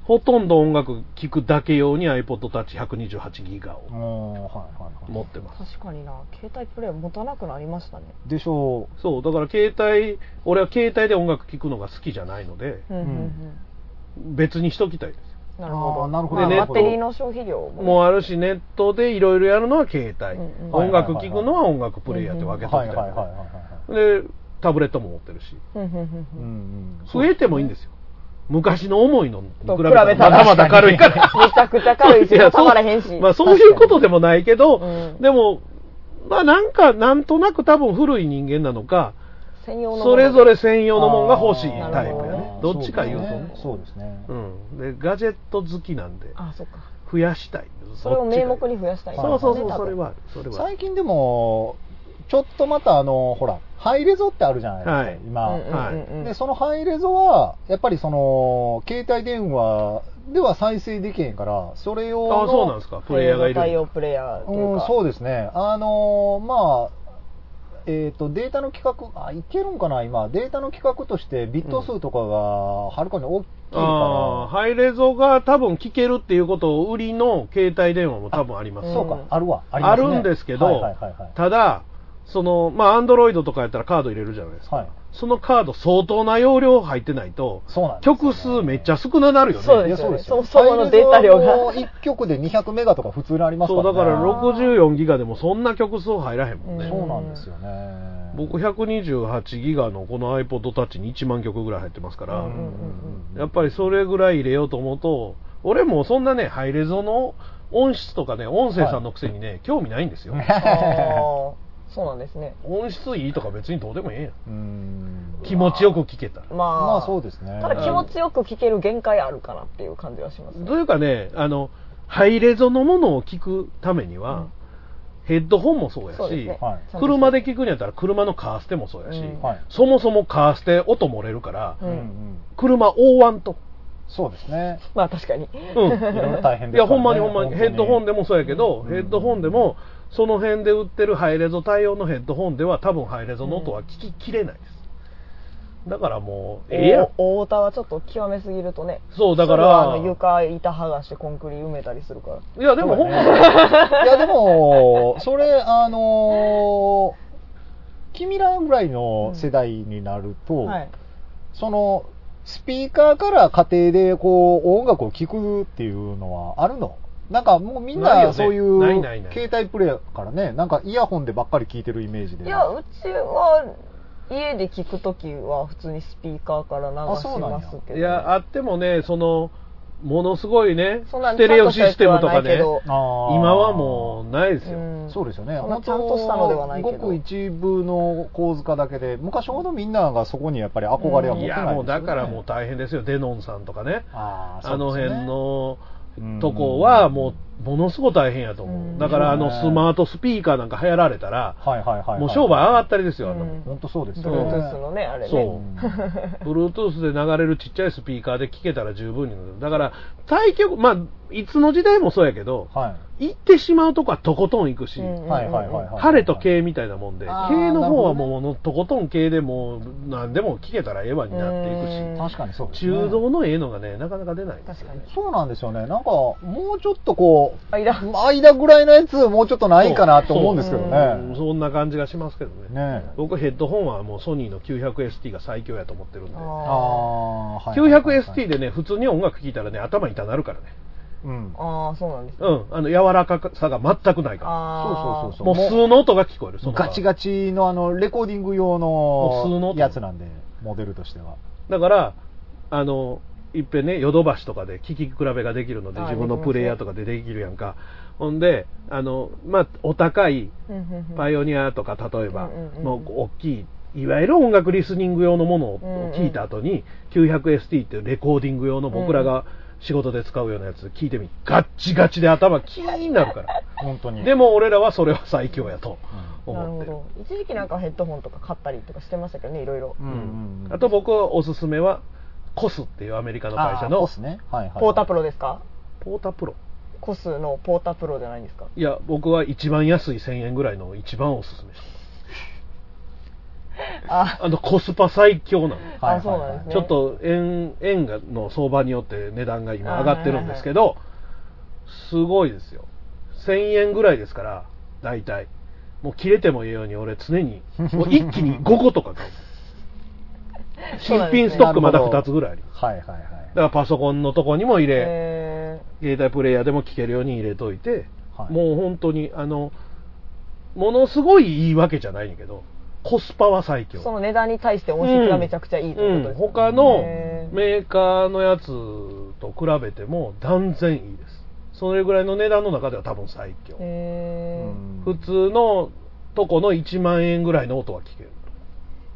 A: ほとんど音楽聴くだけ用に iPod タッチ128ギガを
B: おーはいはいはい。
A: 持ってます
C: 確かにな携帯プレイ持たなくなりましたね
B: でしょ
A: そうだから携帯俺は携帯で音楽聴くのが好きじゃないので
C: うんうんうん
A: 別にしときたいです
C: なるほ
B: あー
C: ど
B: なるほ
A: ど
C: まあ
A: でね
C: バッテリーの消費量も
A: もうあるしネットでいろいろやるのは携帯、
C: うんうん
A: 音楽聴くのは音楽プレイヤーって分
B: う。
A: けと
B: はい
A: き
B: はい
A: た
B: は
A: い
B: いはいはい
A: の
B: は
A: で
B: い。
A: でタブレットも持ってるし
C: うんうんうん
B: う
C: うん
B: んうん。
A: 増えてもいいんですよ昔の重いのに比べ
C: と
A: た
C: 比べ
A: らま
C: たら
A: だまだ軽いから
C: めちゃくちゃ軽い
A: い
C: し
A: や
C: 収
A: そう
C: まらへんし
A: まあそういうことでもないけど、
C: うん
A: でも、まあなんか、なんとなく多分古い人間なのか、
C: 専用の
A: それぞれ専用のもんが欲しい
B: あー
A: タイプや
C: なる
A: ね
B: ほど
A: どっちか言うとね
B: そうですね。
A: うんでガジェット好きなんで
C: あそっか
A: 増やしたい
C: それを名目
A: に
C: に増やしたい、
A: そうそうそ
C: ね
A: う
C: 多
A: そ
C: 分
A: れはあるそれはある
B: 最近でも、ちょっとまたあの、ほら、ハイレゾってあるじゃないですか、
A: はい
B: 今、
C: うんうんうんうん
B: で、そのハイレゾは、やっぱりその、携帯電話では再生できへんから、それ用の、
A: あそうなんですかプレイヤーがいる
C: 対応プレイヤーという
B: うん、
C: か、
B: そうですね。あのーまあ、えっ、と、データの規格、あ、いけるんかな、今。データの規格として、ビット数とかが、はるかに大きいから、
A: ああハイレゾが多分聞けるっていうことを売りの携帯電話も多分あります
C: ー
B: そう
C: う
B: か
C: ん、
B: あるわ。あり
A: あ
B: ますね
A: るんですけど、
B: はいはいはいはい。
A: ただ、その、まあ、アンドロイドとかやったらカード入れるじゃないですか。
B: はい
A: そのカード相当な容量入ってないと、
B: そうなんですよね
A: 曲数めっちゃ少ななるよね。
C: そうです
B: いやそうですよ。
C: そもそものデータ量が
B: ハイレゾはもう1曲で200メガとか普通にありますか
A: そ
B: ら、
A: うだ
B: ね。
A: から
C: ロ
A: 64ギガでもそんな曲数入らへんもんね。
B: そうなんですよね。
A: 僕128ギガのこの iPod Touch に1万曲ぐらい入ってますから、
B: うんうんうん
A: やっぱりそれぐらい入れようと思うと、俺もそんなね、ハイレゾの音質とかね、音声さんのくせにね、興味ないんですよ。
C: あーそうなんですね
A: 音質いいとか別にどうでもええやん。
B: うん。
A: 気持ちよく聞けたら。
C: まあ、
B: まあそうですね。
C: ただ気持ちよく聞ける限界あるかなっていう感じはしますね
A: というかね、あの、ハイレゾのものを聞くためには、ヘッドホンもそうやし、
C: そうですね、
B: はい
C: ちゃんと
A: 車で聞くんやったら車のカーステもそうやし、
C: うん
B: はい
A: そもそもカーステ音漏れるから、
C: う、
B: うんうんん。
A: 車覆わんと。
B: そうですね。
C: まあ確かに
A: うん。
B: いろいろ大
A: い
B: 変ですからね
A: や、ほんまにほんま
B: 本
A: に、
B: 当に
A: ヘッドホンでもそうやけど、ヘッドホンでも、その辺で売ってるハイレゾ対応のヘッドホンでは、多分ハイレゾの音は聞ききれないです。だからもう、ええやん。
C: お大田はちょっと極めすぎるとね
A: そうだか
C: それは
A: ら
C: あの床板剥がしてコンクリ埋めたりするから
A: いや、でもほんまに、
B: いや、でも、それ、あのー君らぐらいの世代になると、
C: はい
B: その、スピーカーから家庭でこう、音楽を聴くっていうのはあるのなんかもうみん
A: ないよ
B: な
A: ね
B: そういう
A: ないないない
B: 携帯プレイヤーからね、なんかイヤホンでばっかり聴いてるイメージで。
C: いやうちは家で聞くときは普通にスピーカーから流
B: あ
C: し
B: そうなんや
C: ますけど
A: いや、あってもね、その、ものすごいね、
C: そんな
A: ス
C: にち
A: テ
C: ゃん
A: レオ
C: とし
A: シ
C: たや
A: ス
C: つ
A: テム
C: は
A: と
C: な
A: か
C: いけ
A: ね、
C: ど
A: 今はもうないですよ。
C: うん
B: そうですよね。
C: そんなちゃんとしたのではないけど
B: ごく一部の構図化だけで、昔ほどみんながそこにやっぱり憧れは持っ
A: い
B: てないですよね、
A: や、もうだからもう大変ですよ、デノンさんとかね、
B: あー
A: あの辺、の
B: そうですね
A: とこは、もう、ものすごい大変やと思う。だから、あの、スマートスピーカーなんか流行られたら、
B: はいはいはいはい
A: もう商売上がったりですよ、あんなもん
B: 本当そうですよね。
C: Bluetooth のねあれね
A: そう Bluetooth で流れるちっちゃいスピーカーで聞けたら十分になるだから対局まあいつの時代もそうやけど
B: は
A: 行ってしまうとこはとことん行くし、
C: うん
B: い。はいはいはいはい。
A: 彼と経営みたいなもんで、
B: あー
A: 経営の方はもうものとことん経営でもう何でも聞けたらええわになっていく
C: うん
A: し
B: 確かにそうですね、
A: 中道のええのがねなかなか出ないんです
C: 確
A: よ
C: かに
B: そうなんですよね。なんか、もうちょっとこう、
C: 間
B: 間ぐらいのやつ、もうちょっとないかなと思うんですけど
A: うん
B: ね。
A: そんな感じがしますけどね
B: ねえ
A: 僕ヘッドホンはもうソニーの 900ST が最強やと思ってるんで
B: あ
C: あ
B: あ、はいはいはいはい。
A: 900ST でね普通に音楽聴いたらね頭痛なるからね
B: うん
C: ー。あーそうなんですね
A: うん、あの柔らかさが全くないか
C: あ
B: そ
C: ー
B: うそうそう
A: ら。もう数の音が聞こえる。その場合
B: ガチガチのあの、レコーディング用
A: 普通の
B: の
A: と
B: やつなんで、モデルとしては。
A: だから、あの、いっぺんね、ヨドバシとかで聞き比べができるので、
C: あー
A: 自分のプレイヤーとかでできるやんか。ほんで、あの、まあ、お高い
C: うんうんうん
A: パイオニアとか、例えば
C: うんうんう、ん
A: の大きい、いわゆる音楽リスニング用のものを聞いた後に、900ST っていうレコーディング用の僕らが仕事で使うようなやつ聞いてみ、ガッチガチで頭キーンになるから。
B: 本当に。
A: でも俺らはそれは最強やと
C: なる
A: 思っ
C: ほ
A: てる。
C: ど一時期なんかヘッドホンとか買ったりとかしてましたけどねいろいろ
B: うん、うんうん。
A: あと僕おすすめはコスっていうアメリカの会社
B: あー
A: の
B: コスね。はいはいはい。
C: ポータプロですか
A: ポータプロ
C: コスのポータプロじゃないんですか
A: いや僕は一番安い1000円ぐらいの一番おすすめです
C: あ
A: あのコスパ最強なの、
B: はいはいはい
C: あそうなんですね
A: ちょっと円円がの相場によって値段が今上がってるんですけどすごいですよ1000円ぐらいですから大体もう切れてもいいように俺常にもう一気に5個とか買う
C: そうな
A: 新
C: んで
A: 品
C: すね
A: ストックまだ2つぐらいあります
B: はいはいはい。
A: だからパソコンのとこにも入れ、
C: え
A: 携帯プレイヤーでも聴けるように入れといて、
B: はい
A: もう本当にあのものすごいいいわけじゃないんやけどコスパは最強
C: ーその値段に対して音質がめちゃくちゃいいということ
A: うん
C: ですか
A: 他の
C: へー
A: メーカーのやつと比べても断然いいですそれぐらいの値段の中では多分最強、
C: へ
B: う
C: ー
B: ん
A: 普通のとこの1万円ぐらいの音は聞ける
C: あ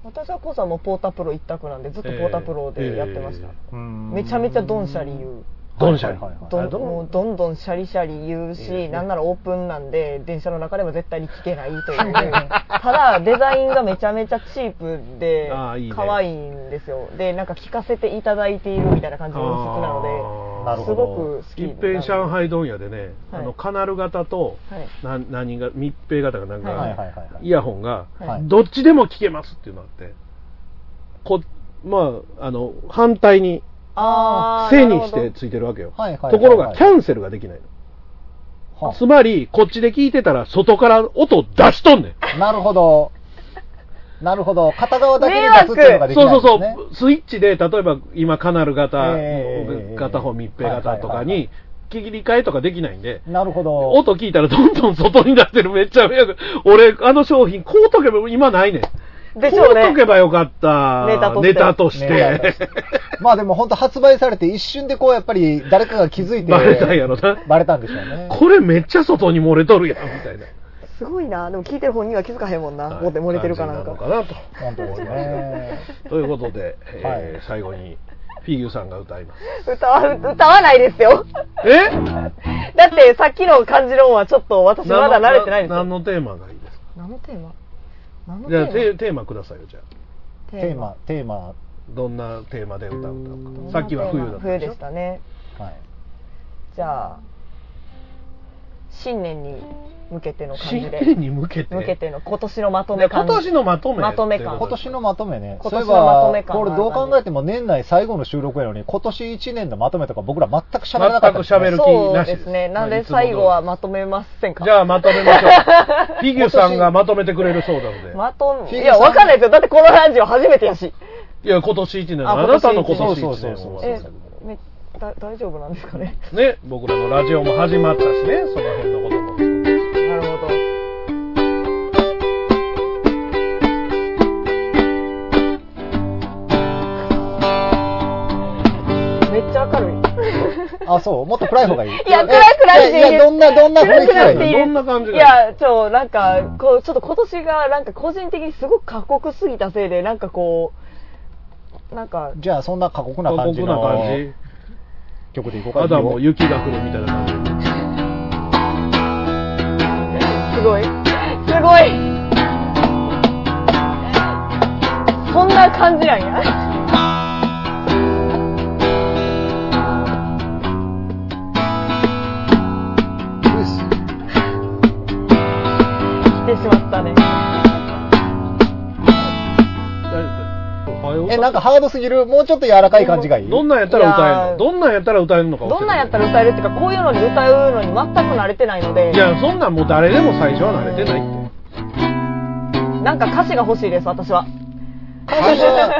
C: 私はこそはもうポータプロ一択なんでずっとポータプロでやってました、め
B: め
C: ちゃめちゃドンシャリ言う
A: ドンシャリ
B: はいはい
C: ど
B: は
C: ん
B: いどん
C: もうどんどんシャリシャリ言うし、なんならオープンなんで電車の中でも絶対に聞けないという ただデザインがめちゃめちゃチープで
A: あーいいね
C: 可愛いんですよでなんか聞かせていただいているみたいな感じの音色なの
A: あ
B: な
C: で
B: るほ
C: す
B: ど
C: ごく好き
A: ーいっぺん上海問屋でね、
C: はい
A: あのカナル型と
C: はい
A: な何が密閉型がなんか、
B: はいはいはいはい
A: イヤホンが、
B: はい
A: どっちでも聞けますっていうのあってこまああの反対に
C: あー
A: 正にし
C: な
A: て
C: る
A: ついてるわけよ、
B: はいはいはいはい
A: ところがキャンセルができないの、
B: は
A: つまりこっちで聞いてたら外から音出しとんねん
B: なる ほど。なるほど。片側だけで出すっていうのができ
A: そう
B: ない
A: そ
B: ん
A: う
B: です、ね。
A: そう、スイッチで、例えば今、カナル型、
B: えー
A: 片方密閉型とか
B: はいはいはいは
A: に
B: い、
A: 切り替えとかできないんで、
B: なるほど。
A: 音聞いたらどんどん外に出してる、めっちゃ迷惑。俺、あの商品、こうとけば、今ないねん。
C: ほどでしょう
A: こうとけ
C: ね
A: ばよかった。
C: ネタとして
A: ネタとして。
B: ネタとしてまあでも本当発売されて一瞬でこうやっぱり誰かが気づいて
A: バレたんやろな。
B: バレたんでしょうね。
A: これめっちゃ外に漏れとるやん、みたいな。
C: すごいなでも聞いてる本人は気づかへんもんな、モテ漏れてるかなんか
A: 感じなのかな
B: 本当です ね。
A: と。ということで、えー
B: はい
A: 最後に、フィギュさんが歌います。
C: 歌わ歌わないですよ
A: え
C: だってさっきの感じの音はちょっと私まだ慣れてないですよ
A: 何のテーマがいいですか
C: 何のテーマ何の
A: じ
C: テ
A: ゃあ
C: ー
A: テテーマくださいよじゃあ
B: テーマ、テーマ、は
A: どんなテーマで歌う歌う
C: マ
A: かさっきは冬だった
C: 冬
A: しょ
C: でしたね
B: い。
C: じゃあ新年に向けての感
A: 新
C: じ
A: 年
C: で
A: に向けて
C: 向けての今年のまと
A: で
C: め
A: 今
C: 感
A: 年のまとめ
C: まとめ感
A: ってこ
B: 今
A: とで
B: 年のまとめね。
C: 今
B: そうい
C: 年
B: え
C: のまとめ
B: ば、
C: 感
B: これどう考えても年内最後の収録やのに、今年1年のまとめとか僕ら全く喋らなかったですね
A: 全く喋る
C: そう
A: なしで
C: ですすねなん
A: まあい
C: で
A: つも通り
C: 最後はまとめませんか
A: じゃあまとめ ましょうフィギュさんがまとめてくれるそうなので、
C: まと
B: フィギ
C: め
B: ュ
C: いや
B: さん
C: わかんないですよだってこのラジオ初めてやし
A: いや今年一年
C: あ
A: あなたの今
B: 今
A: 年
B: 年
A: 一
B: 一
A: 年
B: 年
A: をそうそうそう
C: えめだ大丈夫なんですかね
A: ね僕らのラジオも始まったしねその辺のことも
C: なるほどめっちゃ明るい
B: あ、そう。もっと暗い方がいい。
C: いや暗くなくていいです
B: や、どんな、どんな雰囲気がい
C: 暗くなくてい
B: い
C: い
A: どんな感じ
C: い
A: が
C: や、ちょ、なんか、こう、ちょっと今年が、なんか個人的にすごく過酷すぎたせいで、なんかこう、なんか、
B: じゃあ、そんな過酷な
A: 過
B: 感じ
A: 酷な
B: の
A: 感じ
B: 曲でいこうか
A: まだもう雪が降るみたいな感じ
C: すごい。すごい。そんな感じなんや。来てしまったね。
A: 大丈夫おはよう
B: え、なんかハードすぎる。もうちょっと柔らかい感じがいい。
A: どんなんやったら歌え
C: い
A: る
C: や
A: のどんなんやったら歌えるのか教えて
C: どんなんやったら歌えるっていうか、こういうのに歌うのに全く慣れてないので
A: い、やそんなんもう誰でも最初は慣れてないって
C: なんか歌詞が欲しいです、私は。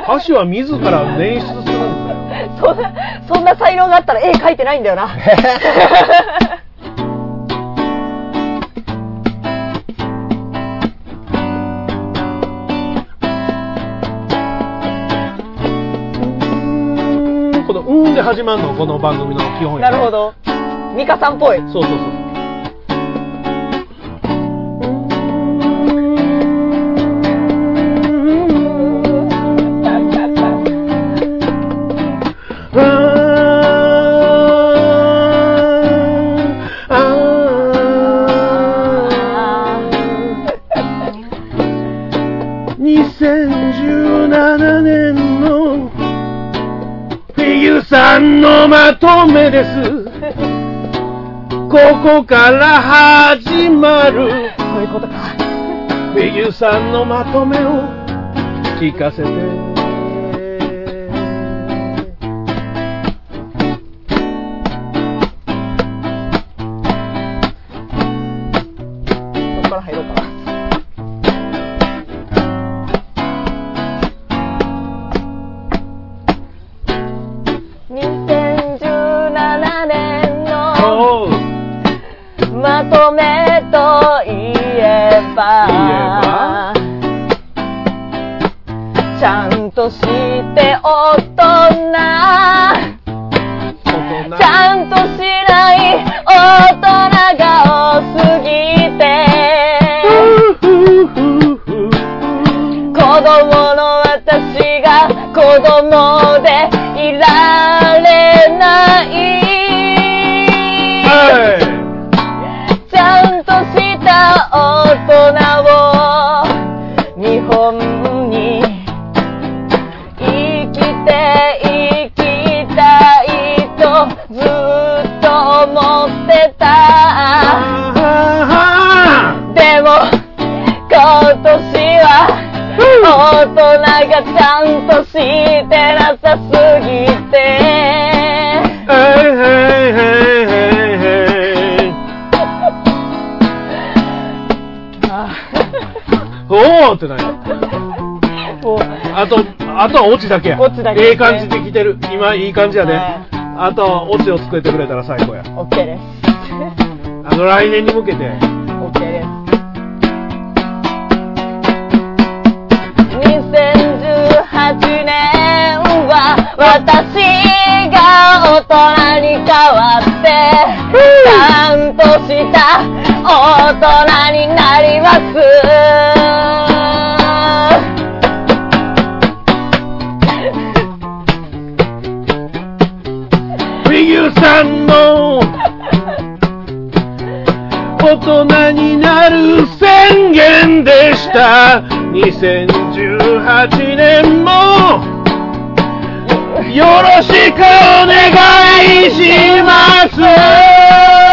A: 歌詞は自ら捻出するんだよ
C: そんな、そんな才能があったら絵描いてないんだ よな。
A: この「うーん」で始まるのこの番組の基本や
C: なるほど。ミカさんっぽい。
A: そうそうそうあーあー2017年のフィギュさんのまとめですここから始まる
C: そういうことか。
A: フィギュさんのまとめを聞かせて
C: そこから入ろうかな。2017年
A: お
C: の
A: う
C: まとめといえばちゃんとして大人
A: 大人
C: ちゃんとしない大人が多すぎて
A: ふうふうふうふう
C: 子供の私が子供でいられないちゃんとした大人を日本に生きていきたいとずっと思ってたでも今年は大人がちゃんとしてなさすぎて
A: おおってなる
C: もう
A: あとあとはオチだけや
C: オチだけ
A: え
C: ですね
A: え感じできてる今いい感じやね、
C: はい
A: あとはオチを作ってくれたら最高や
C: OK です
A: あの来年に向けて
C: OK です2018年は私が大人に変わってちゃんとした大人になります
A: フィギュさんの大人になる宣言でした2018年もよろしくお願いします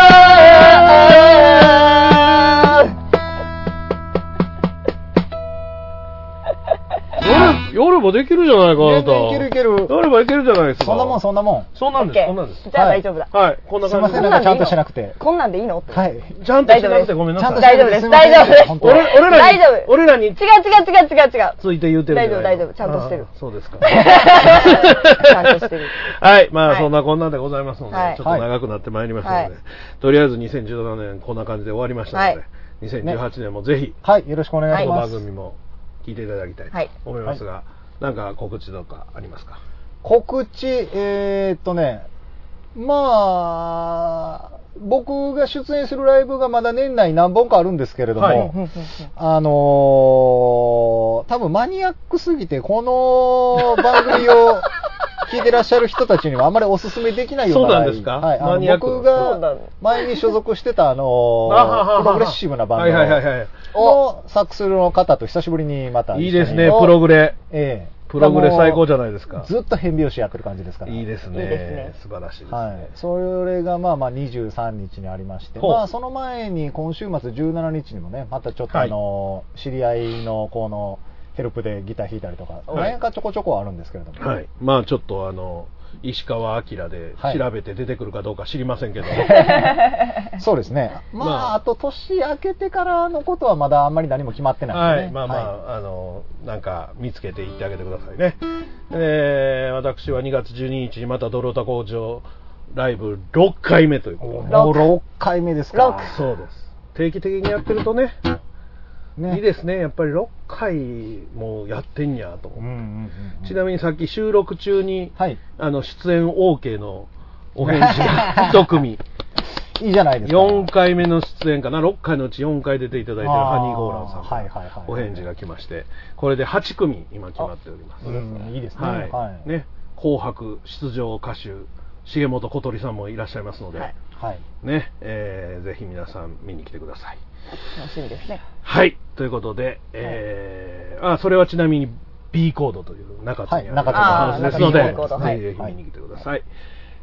A: 夜夜もできるじゃないかあな
B: 全
A: た
B: 然いけるいける。
A: 夜もいけるじゃないですか
B: そんなもんそんなもん。
A: そうなんです、そうなんです。
C: OK じゃあ大丈夫だ、
A: はい、こんな
B: すい
A: 感
B: ま
A: じ
B: せん、
A: で
B: なんかちゃんとしなくて。
C: こんなんでいいのって
B: はい。
A: ちゃんとしなくてごめんな
B: ちゃ
A: さ
B: んと
A: い。
C: 大丈夫です
B: しなくていません
C: 大丈夫です
B: 本当
A: 俺俺らに
C: 大丈夫
A: 俺らに
C: 違う違う違う違う違う
A: ついて言うてるじゃないの
C: 大丈夫大丈夫 ちゃんとしてる
A: ああそうですか。
C: ちゃんとしてる
A: はい、ま
C: は
A: あ
C: い
A: そんなこんなんでございますので、
C: はい
A: ちょっと長くなってまいりましたので、
C: は
A: とりあえず2017年こんな感じで終わりましたので、
C: はい
A: 2018年もぜひ、
B: はい、よろしくお願いし
A: この
B: ま
A: 番
B: す。
A: 組も聞いていただきたい
C: はい
A: と思いますが、なんか告知とかありますか
B: 告知、えーっとね、まあ、僕が出演するライブがまだ年内何本かあるんですけれども、
A: はい
B: あのー、多分マニアックすぎて、この番組 を聞いてらっしゃる人たちにはあんまりお勧めできないような
A: そうなんですか
B: はい、あ
A: マニアッ
B: の
A: ク
B: 僕
C: そうなん
B: が
C: だ
B: 前に所属してた、あの
A: あ
B: ー、プログレッシブなバ
A: はいはいはい
B: ン
A: はい。
B: ドのサックスの方と久しぶりにまた一緒に
A: いいですね、プログレ。
B: ええ
A: プログレ最高じゃないですか
B: ずっと変拍子やってる感じですから。
A: いいですね。
C: いいですね
A: 素晴らしいですね。
B: はい。それがまあまあ23日にありまして、
A: ほう
B: まあその前に今週末17日にもね、またちょっと
A: はい
B: あの、知り合いの子のヘルプでギター弾いたりとか、
A: はい
B: 何かちょこちょこはあるんですけれども。
A: はい。まあちょっとあの、石川明で
B: はい
A: 調べて出てくるかどうか知りませんけ ど、
B: そうですね。まあ、
A: まあ
B: あと年明けてからのことはまだあんまり何も決まってない
A: は
B: ので、
A: い。
B: ね。
A: まあまあ、
B: は
A: あの、なんか見つけていってあげてくださいね。えー、私は2月12日にまたドロタ工場ライブ6回目という
B: い。も
A: こ
B: う
A: と
B: 6回目ですか
A: で。そうです。定期的にやってるとね、
B: ね。
A: いいですね。やっぱり6回もやってんやと
B: うんう
A: 思
B: ん
A: う。
B: うんうん
A: ちなみにさっき収録中に、
B: はい。
A: あの、出演 OK のお返事が1組。
B: いいじゃないですか。
A: 4回目の出演かな、6回のうち4回出ていただいてる
B: あー
A: ハニーゴーランさん
B: はいはいはい
A: からお返事が来まして、これで8組、今決まっております。
B: うん、いいですね。
A: はい
B: はい。
A: ね紅白出場歌手、重本小鳥さんもいらっしゃいますので、
B: はい。
A: ねえーぜひ皆さん見に来てください。
C: 楽しみですね
A: はい、ということで、えーあそれはちなみに B コードという中津にあ
B: はい中
A: る
B: 津
A: お
B: の
A: 話ですの
B: あー中津
A: で、
B: の B コー
C: ドはい
A: ぜひ見に来てください。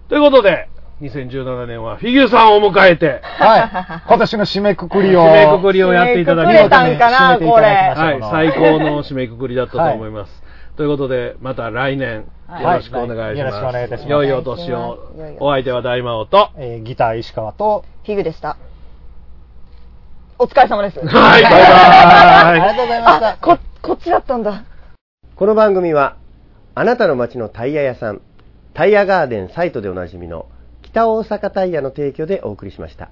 A: ということで、2017年はフィギュさんを迎えて、
B: はい。今年の締めくくりを。
A: 締めくくりをやっていただきま
C: 締め
A: し
C: くくれたんかな
B: 締めていただきました
A: はい、
B: この
A: 最高の締めくくりだったと思います。ということで、また来年、
C: はい
A: よろしくお願いします。
B: はいよろしくお願いいたします
A: 良いお年を
C: お願いしま。す
A: お相手は大魔王と。
B: えーギター石川と、
C: ヒグでしたお疲れ様です
A: はい、バイ
B: あ
A: バー
B: り
A: イ。
B: がとうございました
C: あ。ここっちだったんだ
F: この番組はあなたの街のタイヤ屋さんタイヤガーデンサイトでおなじみの北大阪タイヤの提供でお送りしました。